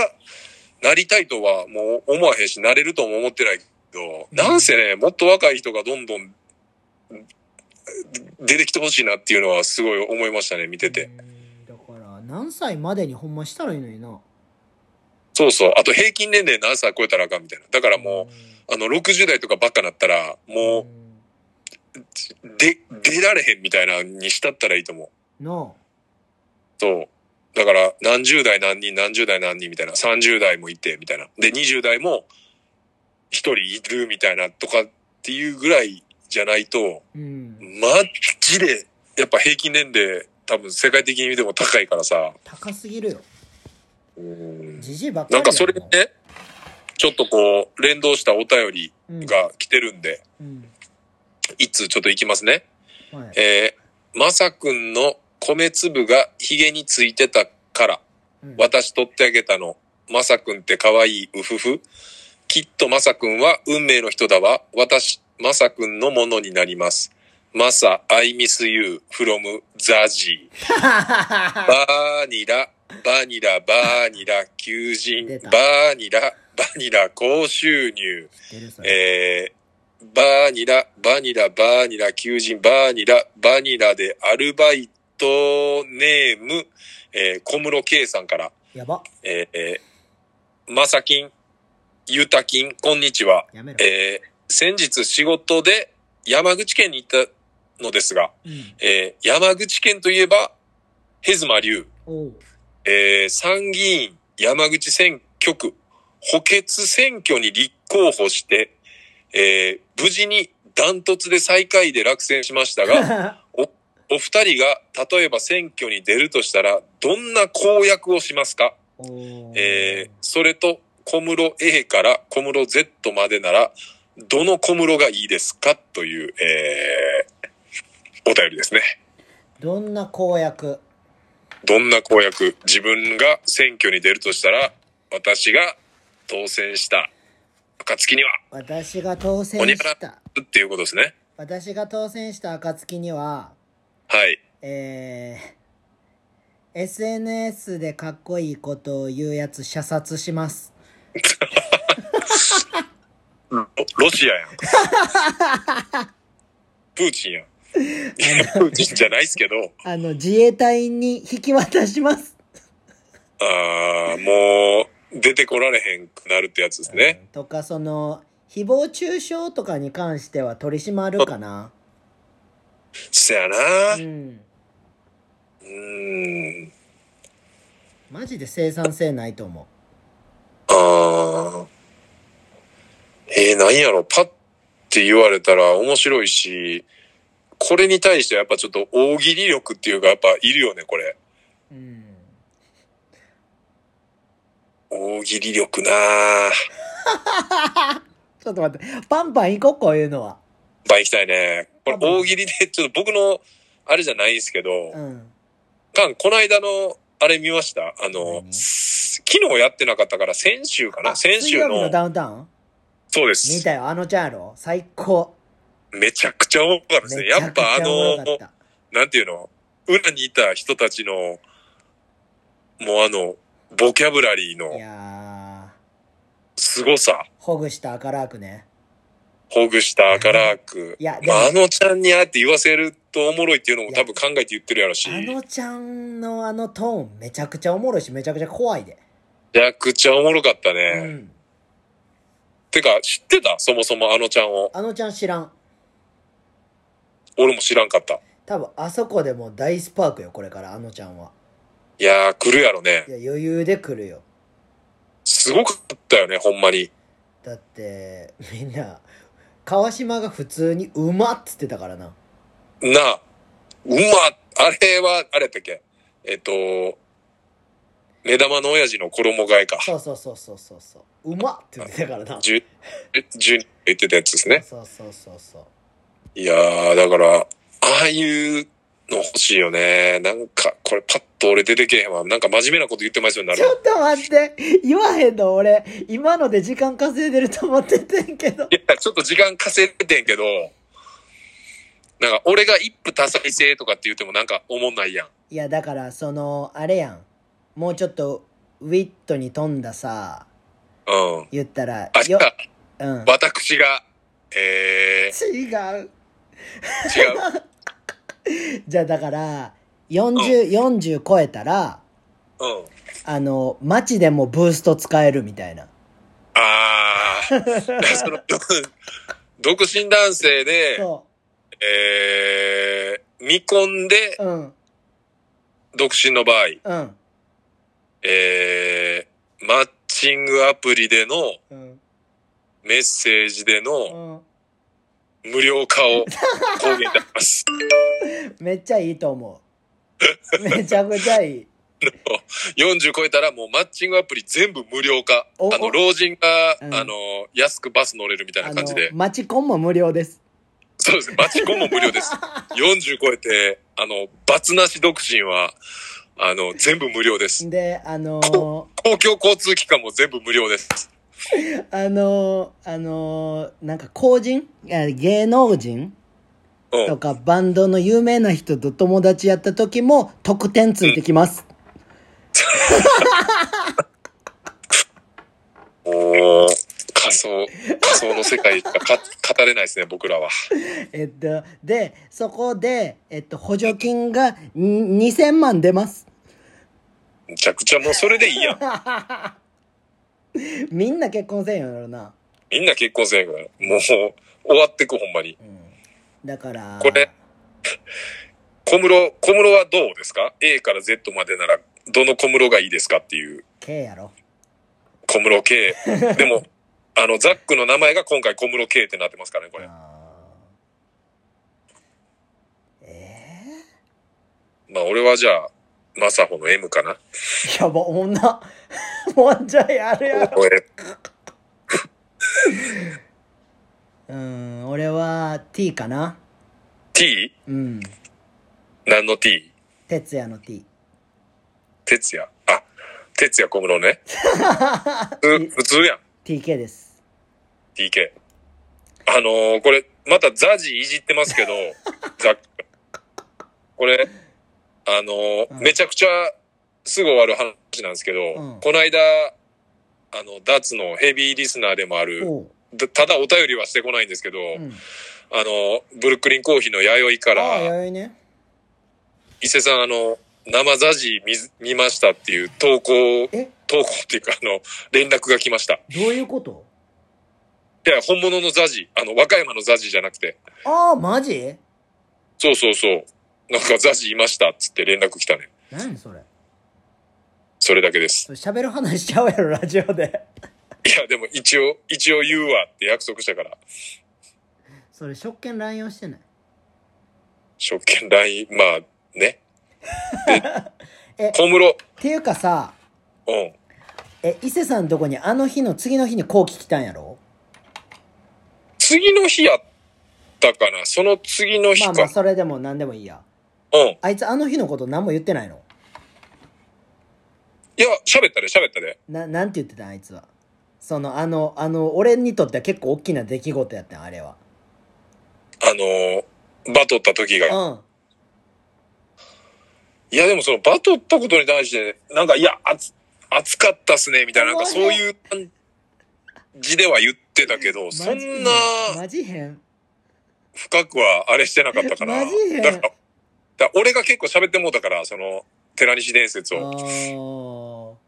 [SPEAKER 2] なりたいとはもう思わへんし、なれるとも思ってないけど、
[SPEAKER 1] うん
[SPEAKER 2] なんせね、もっと若い人がどんどんうん出てきてほしいなっていうのはすごい思いましたね、見てて。
[SPEAKER 1] うんだから、何歳までにほんましたらいいのにな。
[SPEAKER 2] そうそう。あと平均年齢何歳超えたらあかんみたいな。だからも
[SPEAKER 1] う
[SPEAKER 2] う、あの、60代とかばっかなったら、
[SPEAKER 1] ん、
[SPEAKER 2] もう、で、出られへんみたいなにしたったらいいと思う。
[SPEAKER 1] うんな
[SPEAKER 2] そう。だから、何十代何人、何十代何人みたいな、30代もいて、みたいな。で、20代も一人いるみたいなとかっていうぐらいじゃないと、
[SPEAKER 1] あ。うん。
[SPEAKER 2] マジで、やっぱ平均年齢、多分世界的に見ても高いからさ。
[SPEAKER 1] 高すぎるよ。
[SPEAKER 2] うん
[SPEAKER 1] じじいばっかり
[SPEAKER 2] な
[SPEAKER 1] や
[SPEAKER 2] んかそれ
[SPEAKER 1] も
[SPEAKER 2] ね、ちょっとこう、連動したお便り
[SPEAKER 1] うん
[SPEAKER 2] が来てるんで、
[SPEAKER 1] うん。
[SPEAKER 2] 一通ちょっといきますね。
[SPEAKER 1] はい。
[SPEAKER 2] えー、まさくんの米粒がヒゲについてたから、
[SPEAKER 1] うん
[SPEAKER 2] 私取ってあげたの。まさくんって可愛い、うふふ。きっとまさくんは運命の人だわ。私、まさくんのものになります。まさ、I miss you from ザジー。 バーニラ、バニラ、バーニラ、求人
[SPEAKER 1] 出、た
[SPEAKER 2] バーニラ、バニラ、高収入。
[SPEAKER 1] 出るそれ
[SPEAKER 2] えーバーニラ、バニラ、バーニラ、求人、バーニラ、バニラでアルバイトネーム、えー小室圭さんから、
[SPEAKER 1] やば。
[SPEAKER 2] えーえー、まさきん、ゆたきん、こんにちは。
[SPEAKER 1] やめろ。
[SPEAKER 2] えー先日仕事で山口県に行ったのですが、
[SPEAKER 1] うん。
[SPEAKER 2] えー山口県といえば、ヘズマ流、
[SPEAKER 1] おう。
[SPEAKER 2] えー参議院山口選挙区補欠選挙に立候補して、えー無事にダントツで最下位で落選しましたが、 お二人が例えば選挙に出るとしたら、どんな公約をしますか
[SPEAKER 1] おう
[SPEAKER 2] えーそれと小室 A から小室 Z までなら、どの小室がいいですかという、えーお便りですね。
[SPEAKER 1] どんな公約
[SPEAKER 2] どんな公約自分が選挙に出るとしたら、私が当選した暁には、
[SPEAKER 1] 私が当選
[SPEAKER 2] ほにゃ
[SPEAKER 1] し
[SPEAKER 2] ら
[SPEAKER 1] た。
[SPEAKER 2] っていうことですね。
[SPEAKER 1] 私が当選した暁には、
[SPEAKER 2] はい。
[SPEAKER 1] えー、SNS でかっこいいことを言うやつ射殺します。
[SPEAKER 2] ロロシアやん。 プーチンやん。いや、プーチンじゃないですけど、
[SPEAKER 1] あの、自衛隊に引き渡します。
[SPEAKER 2] あーもう、出てこられへんくなるってやつですね。
[SPEAKER 1] とか、その、誹謗中傷とかに関しては取り締まるかな。
[SPEAKER 2] そやな
[SPEAKER 1] う。
[SPEAKER 2] うんーん。
[SPEAKER 1] マジで生産性ないと思
[SPEAKER 2] ああ。えー、なんやろ、パッて言われたら面白いし、これに対してはやっぱちょっと大喜利力っていうかやっぱいるよね、これ。
[SPEAKER 1] う。うん。
[SPEAKER 2] 大喜利力なあ
[SPEAKER 1] ちょっと待って、パンパン行こう、こういうのは。
[SPEAKER 2] いっぱい行きたいね。これ
[SPEAKER 1] 多分
[SPEAKER 2] 大喜利で、ちょっと僕の、あれじゃないんですけど、
[SPEAKER 1] うん。
[SPEAKER 2] カン、この間の、あれ見ましたあの、
[SPEAKER 1] 何
[SPEAKER 2] す昨日やってなかったから先週かな
[SPEAKER 1] あ
[SPEAKER 2] 先
[SPEAKER 1] 水
[SPEAKER 2] 週
[SPEAKER 1] 曜日
[SPEAKER 2] の
[SPEAKER 1] の、ダウンタウン
[SPEAKER 2] そうで
[SPEAKER 1] 見
[SPEAKER 2] す。
[SPEAKER 1] たよ、あのちゃんやろ最高。
[SPEAKER 2] めちゃくちゃ多かったですね。やっぱあ
[SPEAKER 1] めちゃくちゃおも
[SPEAKER 2] の
[SPEAKER 1] ろ、かった
[SPEAKER 2] なんていうの裏にいた人たちの、もうあの、ボキャブラリー
[SPEAKER 1] い
[SPEAKER 2] の
[SPEAKER 1] や
[SPEAKER 2] 凄さ
[SPEAKER 1] ー、、ほぐした赤ラークね。
[SPEAKER 2] ほぐした赤らく、
[SPEAKER 1] いやでも
[SPEAKER 2] まあ、あのちゃんにああやって言わせるとおもろいっていうのも多分考えて言ってるやろし、
[SPEAKER 1] あ
[SPEAKER 2] め
[SPEAKER 1] のちゃんのあのトーン、めちゃくちゃおもろいし、めちゃくちゃ怖いで。
[SPEAKER 2] ちゃくちゃおもろかったね。
[SPEAKER 1] うん。
[SPEAKER 2] てか、知ってたそもそもあのちゃんを。
[SPEAKER 1] あのちゃん知らん。
[SPEAKER 2] 俺も知らんかった。
[SPEAKER 1] 多分、あそこでもう大スパークよ、これから、あのちゃんは。
[SPEAKER 2] いやー、来るやろね
[SPEAKER 1] い。や、余裕で来るよ。
[SPEAKER 2] すごかったよね、ほんまに。
[SPEAKER 1] だって、みんな、川島が普通にうまっつってたからな。
[SPEAKER 2] なあ、うまあれは、あれやったっけえっと、目玉の親父の衣替えか。
[SPEAKER 1] そうそうそうそうそうそう。うまっって言ってたからな。
[SPEAKER 2] じゅ、じゅ、言ってたやつですね。
[SPEAKER 1] そうそうそうそう。
[SPEAKER 2] いやー、だから、ああいうの欲しいよね。なんか、これパッと俺出てけえへんわ。なんか真面目なこと言ってますようにな
[SPEAKER 1] ちょ
[SPEAKER 2] る。
[SPEAKER 1] っと待って言わへんの俺今ので時間稼いでると思っててんけど
[SPEAKER 2] いや、ちょっと時間稼いでんけど、なんか、俺が一夫多妻制とかって言ってもなんか、おもんないやん。
[SPEAKER 1] いやだからそのあれやんもうちょっとウィットに富んださ
[SPEAKER 2] うん。
[SPEAKER 1] 言ったら
[SPEAKER 2] あ、じゃ
[SPEAKER 1] よ、
[SPEAKER 2] あ
[SPEAKER 1] うん、
[SPEAKER 2] 私が、え
[SPEAKER 1] 違う
[SPEAKER 2] ー、違う。
[SPEAKER 1] じゃあだから4040、40超えたら
[SPEAKER 2] うん。
[SPEAKER 1] あの街でもブースト使えるみたい な
[SPEAKER 2] あー、その、 独独身男性で、
[SPEAKER 1] そ
[SPEAKER 2] えー、未婚で
[SPEAKER 1] ううん
[SPEAKER 2] 独身の場合、
[SPEAKER 1] うん
[SPEAKER 2] えー、マッチングアプリでの
[SPEAKER 1] うん
[SPEAKER 2] メッセージでの
[SPEAKER 1] うん
[SPEAKER 2] 無料化を公言いたし ます。
[SPEAKER 1] めっちゃいいと思うめちゃくちゃ いい
[SPEAKER 2] 40超えたらもうマッチングアプリ全部無料化。
[SPEAKER 1] おお
[SPEAKER 2] あの、老人が、
[SPEAKER 1] うん
[SPEAKER 2] あの、安くバス乗れるみたい
[SPEAKER 1] あ
[SPEAKER 2] な
[SPEAKER 1] の
[SPEAKER 2] 感じで。
[SPEAKER 1] マチコンも無料です
[SPEAKER 2] そうですね。バチコンも無料 です。40超えて、あの、罰なし独身は、あの、全部無料です。
[SPEAKER 1] であのー
[SPEAKER 2] 公共交通機関も全部無料です。
[SPEAKER 1] あのーあのーなんか公人えー芸能人
[SPEAKER 2] うん。
[SPEAKER 1] とかバンドの有名な人と友達やった時も特典ついてきます。
[SPEAKER 2] おー仮想、仮想の世界がか語れないですね、僕らは。
[SPEAKER 1] えっと、で、そこで、えっと、補助金がに2000万出ます。
[SPEAKER 2] めちゃくちゃもうそれでいいやん。
[SPEAKER 1] みんな結婚せんよろな。
[SPEAKER 2] みんな結婚せんから。もう、終わってくほんまに。
[SPEAKER 1] うん、だから、
[SPEAKER 2] これ小室、小室はどうですか ?A から Z までなら、どの小室がいいですかっていう、
[SPEAKER 1] K やろ。
[SPEAKER 2] 小室 K。でも、あの、ザックの名前が今回小室 K ってなってますからね、これ。
[SPEAKER 1] あーえ
[SPEAKER 2] まあ、俺はじゃあ、マサホの M かな。
[SPEAKER 1] ー、やば、女。 もうちょいあるやろ。
[SPEAKER 2] 俺、
[SPEAKER 1] うん、俺は T かな。
[SPEAKER 2] T?
[SPEAKER 1] うん。
[SPEAKER 2] 何の T?
[SPEAKER 1] 哲也の T。
[SPEAKER 2] 哲也。あ、哲也小室 ね。普普通やん。
[SPEAKER 1] TK です。
[SPEAKER 2] TK。あのーこれ、またザジいじってま すけど、ザック。これ、あのー
[SPEAKER 1] うん
[SPEAKER 2] めちゃくちゃすぐ終わる話なんですけど、
[SPEAKER 1] うん
[SPEAKER 2] この間、あの、ダーツのヘビーリスナーでもある、
[SPEAKER 1] おう。
[SPEAKER 2] だただお便りはしてこないんですけど、
[SPEAKER 1] うん。
[SPEAKER 2] あのーブルックリンコーヒーの弥生か
[SPEAKER 1] ああ、
[SPEAKER 2] ら、
[SPEAKER 1] 弥生ね。
[SPEAKER 2] 伊勢さん、あの、生ザジ見ず、見ましたっていう投稿、
[SPEAKER 1] え、
[SPEAKER 2] 投稿っていうか、あの、連絡が来ました。
[SPEAKER 1] どういうこと
[SPEAKER 2] いや、本物のザジ、あの、和歌山のザジじゃなくて、
[SPEAKER 1] ああ、マジ
[SPEAKER 2] そうそうそう。なんかザジいましたっつって連絡来たね。
[SPEAKER 1] 何それ。
[SPEAKER 2] それだけです。
[SPEAKER 1] それ喋る話しちゃうやろ、ラジオで。
[SPEAKER 2] いや、でも一応、一応言うわって約束したから、
[SPEAKER 1] それ、職権乱用してない。
[SPEAKER 2] 職権 LINE、まあ ね。
[SPEAKER 1] え
[SPEAKER 2] で、小室、
[SPEAKER 1] っていうかさ、
[SPEAKER 2] うん。
[SPEAKER 1] え、伊勢さんとこにあの日の次の日にこう聞きたんやろ
[SPEAKER 2] 次の日やったかなその次の日
[SPEAKER 1] ま
[SPEAKER 2] か。
[SPEAKER 1] あまあ、それでも何でもいいや。
[SPEAKER 2] うん。い
[SPEAKER 1] あいつあの日のこと何も言ってないの
[SPEAKER 2] や、喋ったで、喋ったで。
[SPEAKER 1] な、なんて言ってたんあいつは。その、あの、あの、俺にとっては結構大きな出来事やったん、あれは。
[SPEAKER 2] あのー、バトった時が。
[SPEAKER 1] うん。
[SPEAKER 2] いや、でもそのバトったことに対して、なんか、いや、熱、熱かったっすね、みたいな、なんかそういう感じでは言ってたけど、そんな、
[SPEAKER 1] マジ変。
[SPEAKER 2] 深くはあれしてなかったから。
[SPEAKER 1] マジで
[SPEAKER 2] だから、だから俺が結構喋ってもうたから、その、寺西伝説
[SPEAKER 1] あ
[SPEAKER 2] を。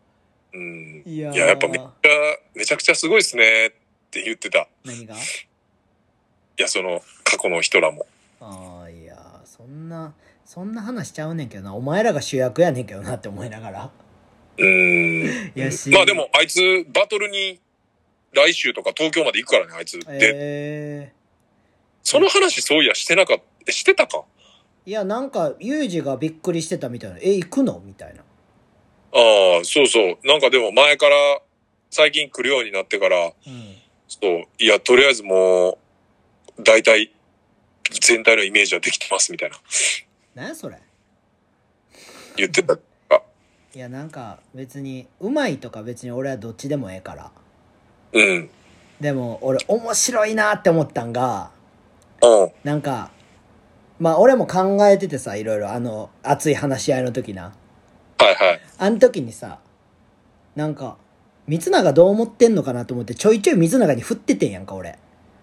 [SPEAKER 1] ー
[SPEAKER 2] うん。
[SPEAKER 1] いやー
[SPEAKER 2] いや、やっぱめっちゃ、めちゃくちゃすごいっすねって言ってた。い
[SPEAKER 1] 何が
[SPEAKER 2] や、その、過去の人らも。
[SPEAKER 1] ああいやーそんなそんな話しちゃうねんけどなお前らが主役やねんけどなって思いながら
[SPEAKER 2] うん。
[SPEAKER 1] いやし
[SPEAKER 2] まあでも、あいつ、バトルに、来週とか東京まで行くからね、あいつ。で、
[SPEAKER 1] え
[SPEAKER 2] その話そういやしてなかった、してたか
[SPEAKER 1] ー、いやなんかユージがびっくりしてたみたいな「え行くの?」みたいな
[SPEAKER 2] ああ、そうそう。なんかでも前から、最近来るようになってから、
[SPEAKER 1] うん
[SPEAKER 2] そう、いや、とりあえずもう、大体、全体のイメージはできてますみたいな、
[SPEAKER 1] 何やそれ
[SPEAKER 2] 言ってた。
[SPEAKER 1] いやなんか別にうまいとか別に俺はどっちでもええから
[SPEAKER 2] うん。うん。
[SPEAKER 1] でも俺面白いなって思ったんが
[SPEAKER 2] うん。
[SPEAKER 1] なんかまあ俺も考えててさ、いろいろあの、熱い話し合いの時な。
[SPEAKER 2] はいはい。
[SPEAKER 1] あの時にさ、なんか、三永どう思ってんのかなと思ってちょいちょい水永に振っててんやんか、俺。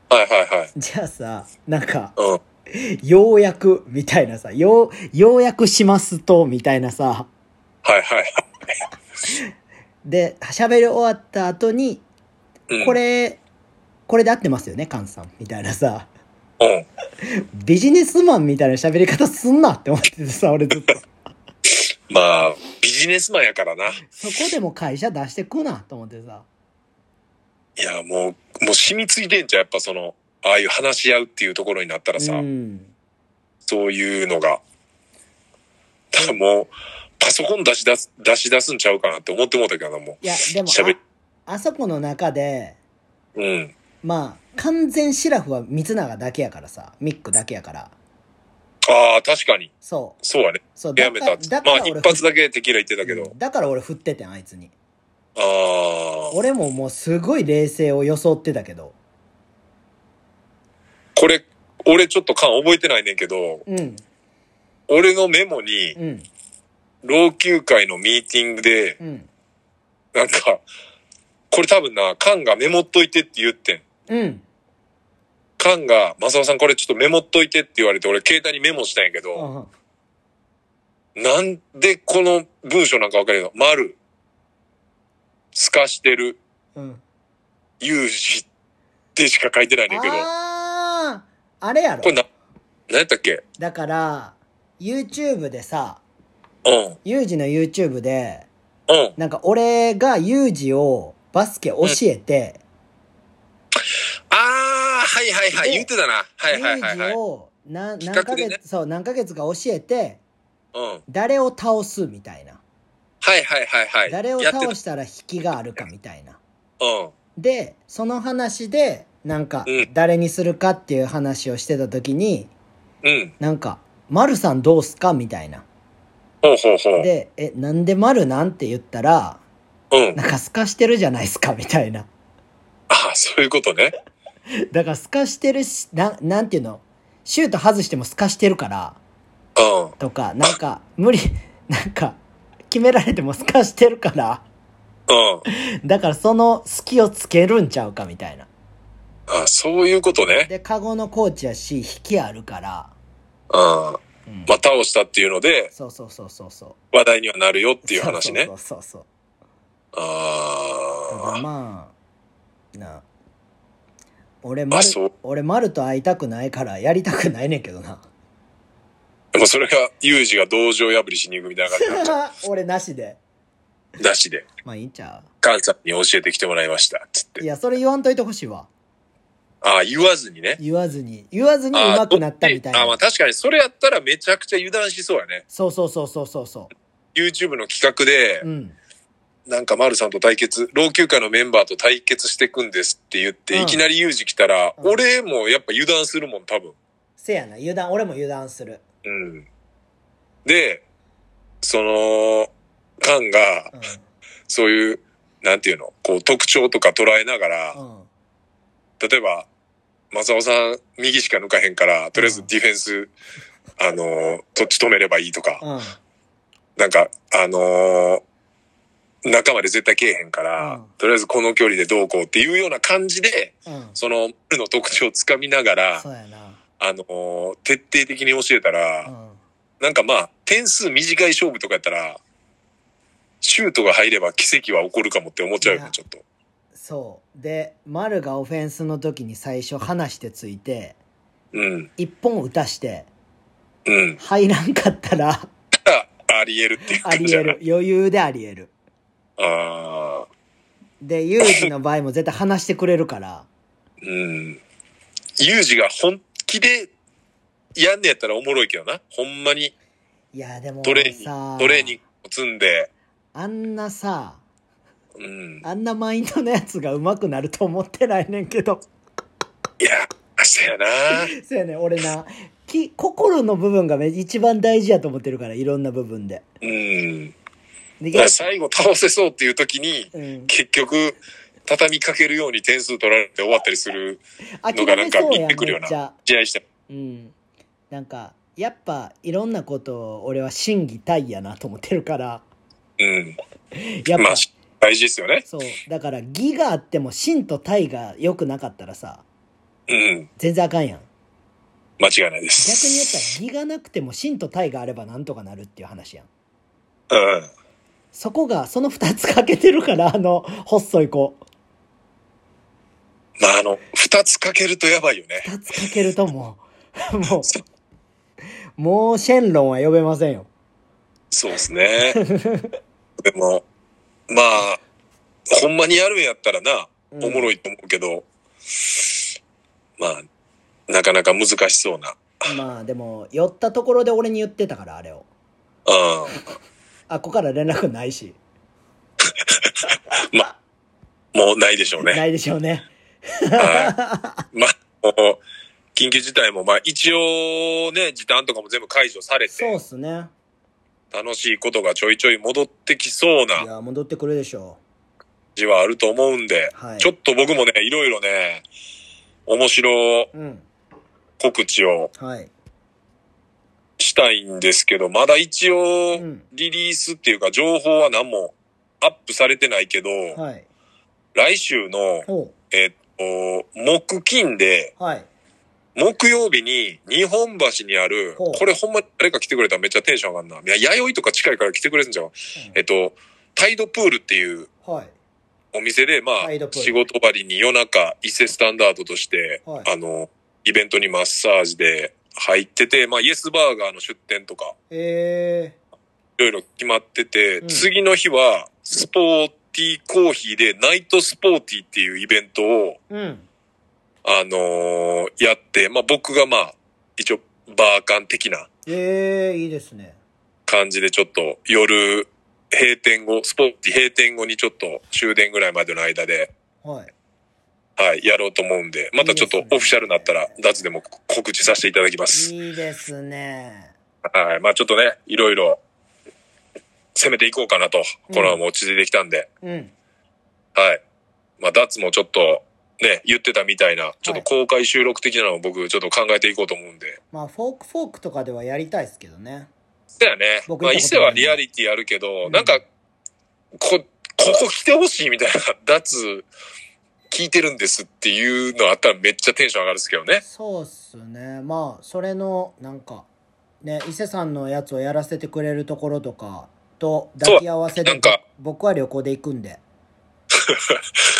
[SPEAKER 2] はいはいはい。
[SPEAKER 1] じゃあさ、なんか、
[SPEAKER 2] うん。
[SPEAKER 1] ようやく、みたいなさ、よう、ようやくしますと、みたいなさ、
[SPEAKER 2] はいはい。
[SPEAKER 1] で、喋り終わった後に、
[SPEAKER 2] うん、
[SPEAKER 1] こ。れ、これで合ってますよね、カンさん、みたいなさ、
[SPEAKER 2] うん。
[SPEAKER 1] ビジネスマンみたいな喋り方すんなって思っててさ、俺ずっ と。
[SPEAKER 2] まあ、ビジネスマンやからな。
[SPEAKER 1] そこでも会社出してくな、と思ってさ。
[SPEAKER 2] いや、もう、もう染みついてんじゃん。やっぱその、ああいう話し合うっていうところになったらさ、
[SPEAKER 1] うん。
[SPEAKER 2] そういうのが。だからもう、パソコン出し出す、出し出すんちゃうかなって思ってもうたけどな、も
[SPEAKER 1] いや、でも
[SPEAKER 2] 喋り
[SPEAKER 1] あ、あそこの中で、
[SPEAKER 2] う。うん。
[SPEAKER 1] まあ、完全シラフは三永だけやからさ、ミックだけやから。
[SPEAKER 2] ああ、確かに。
[SPEAKER 1] そ
[SPEAKER 2] そうやね
[SPEAKER 1] う。。そう、
[SPEAKER 2] や
[SPEAKER 1] だ
[SPEAKER 2] め
[SPEAKER 1] から
[SPEAKER 2] た。
[SPEAKER 1] だか
[SPEAKER 2] まあ、
[SPEAKER 1] ら俺
[SPEAKER 2] 一発だけテキーラ言ってたけど。
[SPEAKER 1] だから俺振っててん、あいつに。
[SPEAKER 2] ああ。
[SPEAKER 1] 俺ももうすごい冷静を装ってたけど。
[SPEAKER 2] これ、俺ちょっと感覚えてないねんけど、
[SPEAKER 1] うん、
[SPEAKER 2] 俺のメモに、
[SPEAKER 1] うん、
[SPEAKER 2] 老朽会のミーティングで、
[SPEAKER 1] うん。
[SPEAKER 2] なんか、これ多分な、カンがメモっといてって言ってん。
[SPEAKER 1] うん。
[SPEAKER 2] カンが、マサオさんこれちょっとメモっといてって言われて、俺携帯にメモしたんやけ
[SPEAKER 1] う
[SPEAKER 2] ど、
[SPEAKER 1] ん
[SPEAKER 2] なんでこの文章なんかわかるけど、丸、透かしてる、
[SPEAKER 1] うん。
[SPEAKER 2] 有事ってしか書いてないねんけど、
[SPEAKER 1] あー、あれやろ
[SPEAKER 2] これ。な、何やったっけ
[SPEAKER 1] だから、YouTube でさ、
[SPEAKER 2] うん、うん、
[SPEAKER 1] ユージの YouTube で、
[SPEAKER 2] あ
[SPEAKER 1] なんか俺がユージをバスケ教えて、
[SPEAKER 2] あー、はいはいはい、
[SPEAKER 1] で
[SPEAKER 2] 言ってたな。はいはいはい
[SPEAKER 1] ユー
[SPEAKER 2] は
[SPEAKER 1] ジ
[SPEAKER 2] い。
[SPEAKER 1] をな何
[SPEAKER 2] 企
[SPEAKER 1] ヶ
[SPEAKER 2] 画
[SPEAKER 1] 月、
[SPEAKER 2] でね
[SPEAKER 1] そう、何ヶ月か教えて、
[SPEAKER 2] うん。
[SPEAKER 1] 誰を倒すみたいな。
[SPEAKER 2] はいはいはいはい。
[SPEAKER 1] 誰を
[SPEAKER 2] やって
[SPEAKER 1] 倒したら引きがあるかみたいな。
[SPEAKER 2] た。うん。
[SPEAKER 1] で、その話で、なんか
[SPEAKER 2] う、ん
[SPEAKER 1] 誰にするかっていう話をしてた時に、
[SPEAKER 2] うん。
[SPEAKER 1] なんか、丸さんどうすかみたいな。
[SPEAKER 2] ほうほうほう。
[SPEAKER 1] で、え、なんで丸なんて言ったら、
[SPEAKER 2] うん。
[SPEAKER 1] なんか透かしてるじゃないですかみたいな。
[SPEAKER 2] ああ、そういうことね。
[SPEAKER 1] だから透かしてるし、な、なんていうのシュート外しても透かしてるから、
[SPEAKER 2] うん。
[SPEAKER 1] とか、なんか、無理、なんか、決められても透かしてるから、
[SPEAKER 2] うん。
[SPEAKER 1] だからその隙をつけるんちゃうかみたいな。
[SPEAKER 2] ああ、そういうことね。
[SPEAKER 1] で、カゴのコーチやし、引きあるから、
[SPEAKER 2] うん。ま
[SPEAKER 1] うん
[SPEAKER 2] あ、倒したっていうので、
[SPEAKER 1] そうそうそうそうそう。っ
[SPEAKER 2] 話題にはなるよっていう話ね
[SPEAKER 1] そ。うそうそうそう。だから
[SPEAKER 2] ああ。
[SPEAKER 1] まあ、なあ俺、
[SPEAKER 2] あ
[SPEAKER 1] 丸
[SPEAKER 2] そう、
[SPEAKER 1] 俺、丸と会いたくないから、やりたくないねんけどな。
[SPEAKER 2] でもそれが、ユージが道場破りしに行くみたいな感じになっちゃ
[SPEAKER 1] 俺なしで。
[SPEAKER 2] う。なしで、
[SPEAKER 1] まあいいんちゃ
[SPEAKER 2] カンさんに教えてきてもらいました。つっ
[SPEAKER 1] うい
[SPEAKER 2] て。
[SPEAKER 1] や、それ言わんといてほしいわ。
[SPEAKER 2] ああ、言わずにね。
[SPEAKER 1] 言わずに。言わずに
[SPEAKER 2] あ
[SPEAKER 1] 上
[SPEAKER 2] あ
[SPEAKER 1] 手くなったみたい
[SPEAKER 2] ああ、ま
[SPEAKER 1] な
[SPEAKER 2] あ。確かにそれやったらめちゃくちゃ油断しそうやね。
[SPEAKER 1] そうそうそうそうそうそ
[SPEAKER 2] YouTube の企画で、
[SPEAKER 1] う。うん。
[SPEAKER 2] なんか丸さんと対決、老朽化のメンバーと対決してくんですって言って、
[SPEAKER 1] うん
[SPEAKER 2] いきなりユージ来たら、
[SPEAKER 1] うん
[SPEAKER 2] 俺もやっぱ油断するもん、多分。
[SPEAKER 1] せやな、油断、俺も油断する。
[SPEAKER 2] うん。で、その、カンが
[SPEAKER 1] う、ん。
[SPEAKER 2] そういう、なんていうの、こう特徴とか捉えながら、
[SPEAKER 1] うん。
[SPEAKER 2] 例えば、松尾さん右しか抜かへんから、とりあえ
[SPEAKER 1] う
[SPEAKER 2] ず
[SPEAKER 1] ん
[SPEAKER 2] ディフェンス、あのー、とっち止めればいいとか、
[SPEAKER 1] うん。
[SPEAKER 2] なんか、あのー中まで絶対けえへんから、
[SPEAKER 1] うん
[SPEAKER 2] とりあえずこの距離でどうこうっていうような感じで、
[SPEAKER 1] うん。
[SPEAKER 2] その、丸の特徴をつかみながら
[SPEAKER 1] そ、うやな。
[SPEAKER 2] あのー徹底的に教えた
[SPEAKER 1] う
[SPEAKER 2] ら、
[SPEAKER 1] ん。
[SPEAKER 2] なんかまあ、点数短い勝負とかやったら、シュートが入れば奇跡は起こるかもって思っちゃうよ
[SPEAKER 1] いや
[SPEAKER 2] ね、ちょっと。
[SPEAKER 1] そう。で、丸がオフェンスの時に最初離してついて、
[SPEAKER 2] うん、
[SPEAKER 1] 一本打たして、
[SPEAKER 2] うん。
[SPEAKER 1] 入らんかった ら、
[SPEAKER 2] ああり得るっていう
[SPEAKER 1] あ
[SPEAKER 2] 感
[SPEAKER 1] り
[SPEAKER 2] じや
[SPEAKER 1] 得
[SPEAKER 2] な
[SPEAKER 1] る。。余裕であり得る。
[SPEAKER 2] ああ、
[SPEAKER 1] で、ユージの場合も絶対話してくれるから、
[SPEAKER 2] うん。ユージが本気でやんねやったらおもろいけどな。ほんまに
[SPEAKER 1] いや、でも
[SPEAKER 2] トレーニング
[SPEAKER 1] さ、
[SPEAKER 2] トレーニングを積んで、
[SPEAKER 1] あんなさ、
[SPEAKER 2] うん。
[SPEAKER 1] あんなマインドのやつが上手くなると思ってないねんけど。
[SPEAKER 2] いや、そうやな。
[SPEAKER 1] そうやねん俺な、き、心の部分がめ一番大事やと思ってるから、いろんな部分で。
[SPEAKER 2] うん。
[SPEAKER 1] で、
[SPEAKER 2] だから最後倒せそうっていう時に、
[SPEAKER 1] うん。
[SPEAKER 2] 結局、畳みかけるように点数取られて終わったりする
[SPEAKER 1] 諦
[SPEAKER 2] のがなん
[SPEAKER 1] め
[SPEAKER 2] か
[SPEAKER 1] そう
[SPEAKER 2] 見
[SPEAKER 1] やん、
[SPEAKER 2] てくる
[SPEAKER 1] め
[SPEAKER 2] よ
[SPEAKER 1] っ
[SPEAKER 2] うな
[SPEAKER 1] ちゃ。
[SPEAKER 2] 試合して。
[SPEAKER 1] うん。なんか、やっぱいろんなことを俺は真偽体やなと思ってるから
[SPEAKER 2] うん。
[SPEAKER 1] やっ
[SPEAKER 2] まあ
[SPEAKER 1] ぱ、
[SPEAKER 2] 大事ですよね。
[SPEAKER 1] そうだから義があっても真と体が良くなかったらさ
[SPEAKER 2] うん。
[SPEAKER 1] 全然あかんやん
[SPEAKER 2] 間違いな
[SPEAKER 1] 逆に
[SPEAKER 2] いで
[SPEAKER 1] 言っ
[SPEAKER 2] す。
[SPEAKER 1] たら義がなくても真と体があればなんとかなるっていう話やん
[SPEAKER 2] 逆にうん。
[SPEAKER 1] そこがその2つ欠けてるからあ の細い子
[SPEAKER 2] まあ、あの、二つかけるとやばいよね。
[SPEAKER 1] 2つ欠けるともう もうもうシェンロンは呼べませんよ
[SPEAKER 2] そうです ね。でも、まあ、ほんまにやるんやったらな、
[SPEAKER 1] うん
[SPEAKER 2] おもろいと思うけど、まあ、なかなか難しそうな。
[SPEAKER 1] まあでも寄ったところで俺に言ってたからあれをあここから連絡ないし
[SPEAKER 2] うん。もうないでしょうね。
[SPEAKER 1] ないでしょう ね
[SPEAKER 2] はい。まあ、もう緊急事態も、まあ一応ね、時短とかも全部解除され
[SPEAKER 1] そう
[SPEAKER 2] て
[SPEAKER 1] っ、すね
[SPEAKER 2] 楽しいことがちょいちょい戻ってきそうない
[SPEAKER 1] や戻ってくるでしょ
[SPEAKER 2] 字はあると思うんで、
[SPEAKER 1] うはい
[SPEAKER 2] ちょっと僕もね、いろいろね、面白
[SPEAKER 1] うん
[SPEAKER 2] 告知を
[SPEAKER 1] はい
[SPEAKER 2] したいんですけど、まだ一
[SPEAKER 1] う
[SPEAKER 2] 応、
[SPEAKER 1] ん
[SPEAKER 2] リリースっていうか情報は何もアップされてないけど、
[SPEAKER 1] はい
[SPEAKER 2] 来週の、
[SPEAKER 1] おう
[SPEAKER 2] えっと、木金で、
[SPEAKER 1] はい
[SPEAKER 2] 木曜日に日本橋にある、
[SPEAKER 1] ほう
[SPEAKER 2] これほんま誰か来てくれたらめっちゃテンション上がるな。いや、弥生とか近いから来てくれるんじゃん。えっと、タイドプールっていう
[SPEAKER 1] はい
[SPEAKER 2] お店で、まあ
[SPEAKER 1] タイド、プール
[SPEAKER 2] 仕事終わりに夜中、伊勢スタンダードとして、
[SPEAKER 1] はい
[SPEAKER 2] あの、イベントにマッサージで入ってて、まあ、イエスバーガーの出店とか、
[SPEAKER 1] え
[SPEAKER 2] いろいろ決まってて、
[SPEAKER 1] うん
[SPEAKER 2] 次の日は、スポーティーコーヒーで、ナイトスポーティーっていうイベントを、
[SPEAKER 1] ー、うん
[SPEAKER 2] あのーやって、まあ、僕がまあ、一応、バーカン的な
[SPEAKER 1] えー、いいですね
[SPEAKER 2] 感じで、ちょっと、夜、閉店後、スポーティー閉店後にちょっと、終電ぐらいまでの間で、
[SPEAKER 1] はい
[SPEAKER 2] はい、やろうと思うんで、またちょっと
[SPEAKER 1] いい
[SPEAKER 2] オ
[SPEAKER 1] ですね
[SPEAKER 2] フィシャルになったら、脱でも告知させていただきます。
[SPEAKER 1] いいですね
[SPEAKER 2] はい、まあちょっとね、いろいろ、攻めていこうかなと、コロナも落ち着いてきたんで、
[SPEAKER 1] うん
[SPEAKER 2] はい。まあ脱もちょっと、ね、言ってたみたいな、ちょっと公開収録的なのを僕ちょっと考えていこうと思うんで。
[SPEAKER 1] まあフォークフォークとかではやりたいですけどね
[SPEAKER 2] そうやね。
[SPEAKER 1] 僕
[SPEAKER 2] まあ
[SPEAKER 1] 行
[SPEAKER 2] 伊
[SPEAKER 1] ったこと
[SPEAKER 2] 勢
[SPEAKER 1] ない
[SPEAKER 2] はリアリティあるけど、
[SPEAKER 1] うん
[SPEAKER 2] なんか、こ、ここ来てほしいみたいな、 脱、聞いてるんですっていうのあったらめっちゃテンション上がるんですけどね。
[SPEAKER 1] そうっすねまあそれのなんかね伊勢さんのやつをやらせてくれるところとかと抱き合わせ
[SPEAKER 2] そう
[SPEAKER 1] で
[SPEAKER 2] なんか
[SPEAKER 1] 僕は旅行で行くんで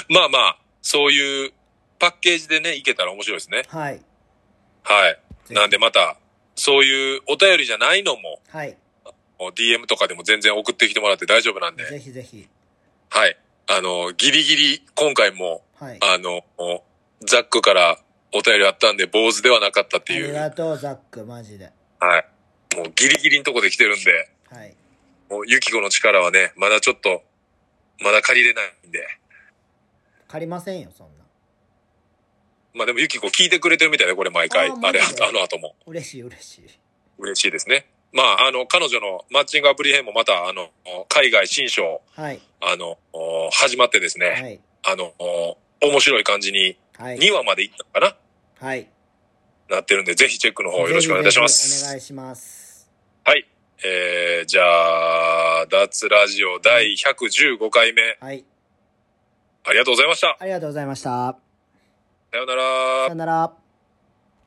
[SPEAKER 2] まあまあ、そういうパッケージでね、いけたら面白いですね。
[SPEAKER 1] はい
[SPEAKER 2] はい。
[SPEAKER 1] ぜひ
[SPEAKER 2] なんでまた、そういうお便りじゃないのも、
[SPEAKER 1] はい
[SPEAKER 2] もう DM とかでも全然送ってきてもらって大丈夫なんで、
[SPEAKER 1] ぜひぜひ
[SPEAKER 2] はい。あの、ギリギリ、今回も、
[SPEAKER 1] はい
[SPEAKER 2] あの、ザックからお便りあったんで、坊主ではなかったって
[SPEAKER 1] あ
[SPEAKER 2] い
[SPEAKER 1] り
[SPEAKER 2] う、
[SPEAKER 1] がとうザックマジで
[SPEAKER 2] はい。もうギリギリのとこで来てるんで、
[SPEAKER 1] はい
[SPEAKER 2] もうユキコの力はね、まだちょっと、まだ借りれないんで、
[SPEAKER 1] 借りませんよそんな
[SPEAKER 2] まあでもユキコ聞いてくれてるみたいで、これ毎回、
[SPEAKER 1] あ
[SPEAKER 2] あ
[SPEAKER 1] ーマジ
[SPEAKER 2] れ、
[SPEAKER 1] で
[SPEAKER 2] あの後も。
[SPEAKER 1] 嬉しい嬉しい
[SPEAKER 2] 嬉しいですね。まあ、あの、彼女のマッチングアプリ編もまた、あの、海外新章、
[SPEAKER 1] はい
[SPEAKER 2] あの、お始まってです
[SPEAKER 1] は
[SPEAKER 2] ね、
[SPEAKER 1] い
[SPEAKER 2] あの、お面白い感じに
[SPEAKER 1] はい
[SPEAKER 2] 2話までいったのかな、
[SPEAKER 1] はい
[SPEAKER 2] なってるんで、ぜひチェックの方よろしくお願いいたしま
[SPEAKER 1] ぜひぜひお
[SPEAKER 2] す。
[SPEAKER 1] 願いします
[SPEAKER 2] はい。えー、じゃあ、脱ラジオ第115回目、
[SPEAKER 1] はい
[SPEAKER 2] ありがとうございました。
[SPEAKER 1] ありがとうございました
[SPEAKER 2] さような
[SPEAKER 1] さ
[SPEAKER 2] ら
[SPEAKER 1] よ。なら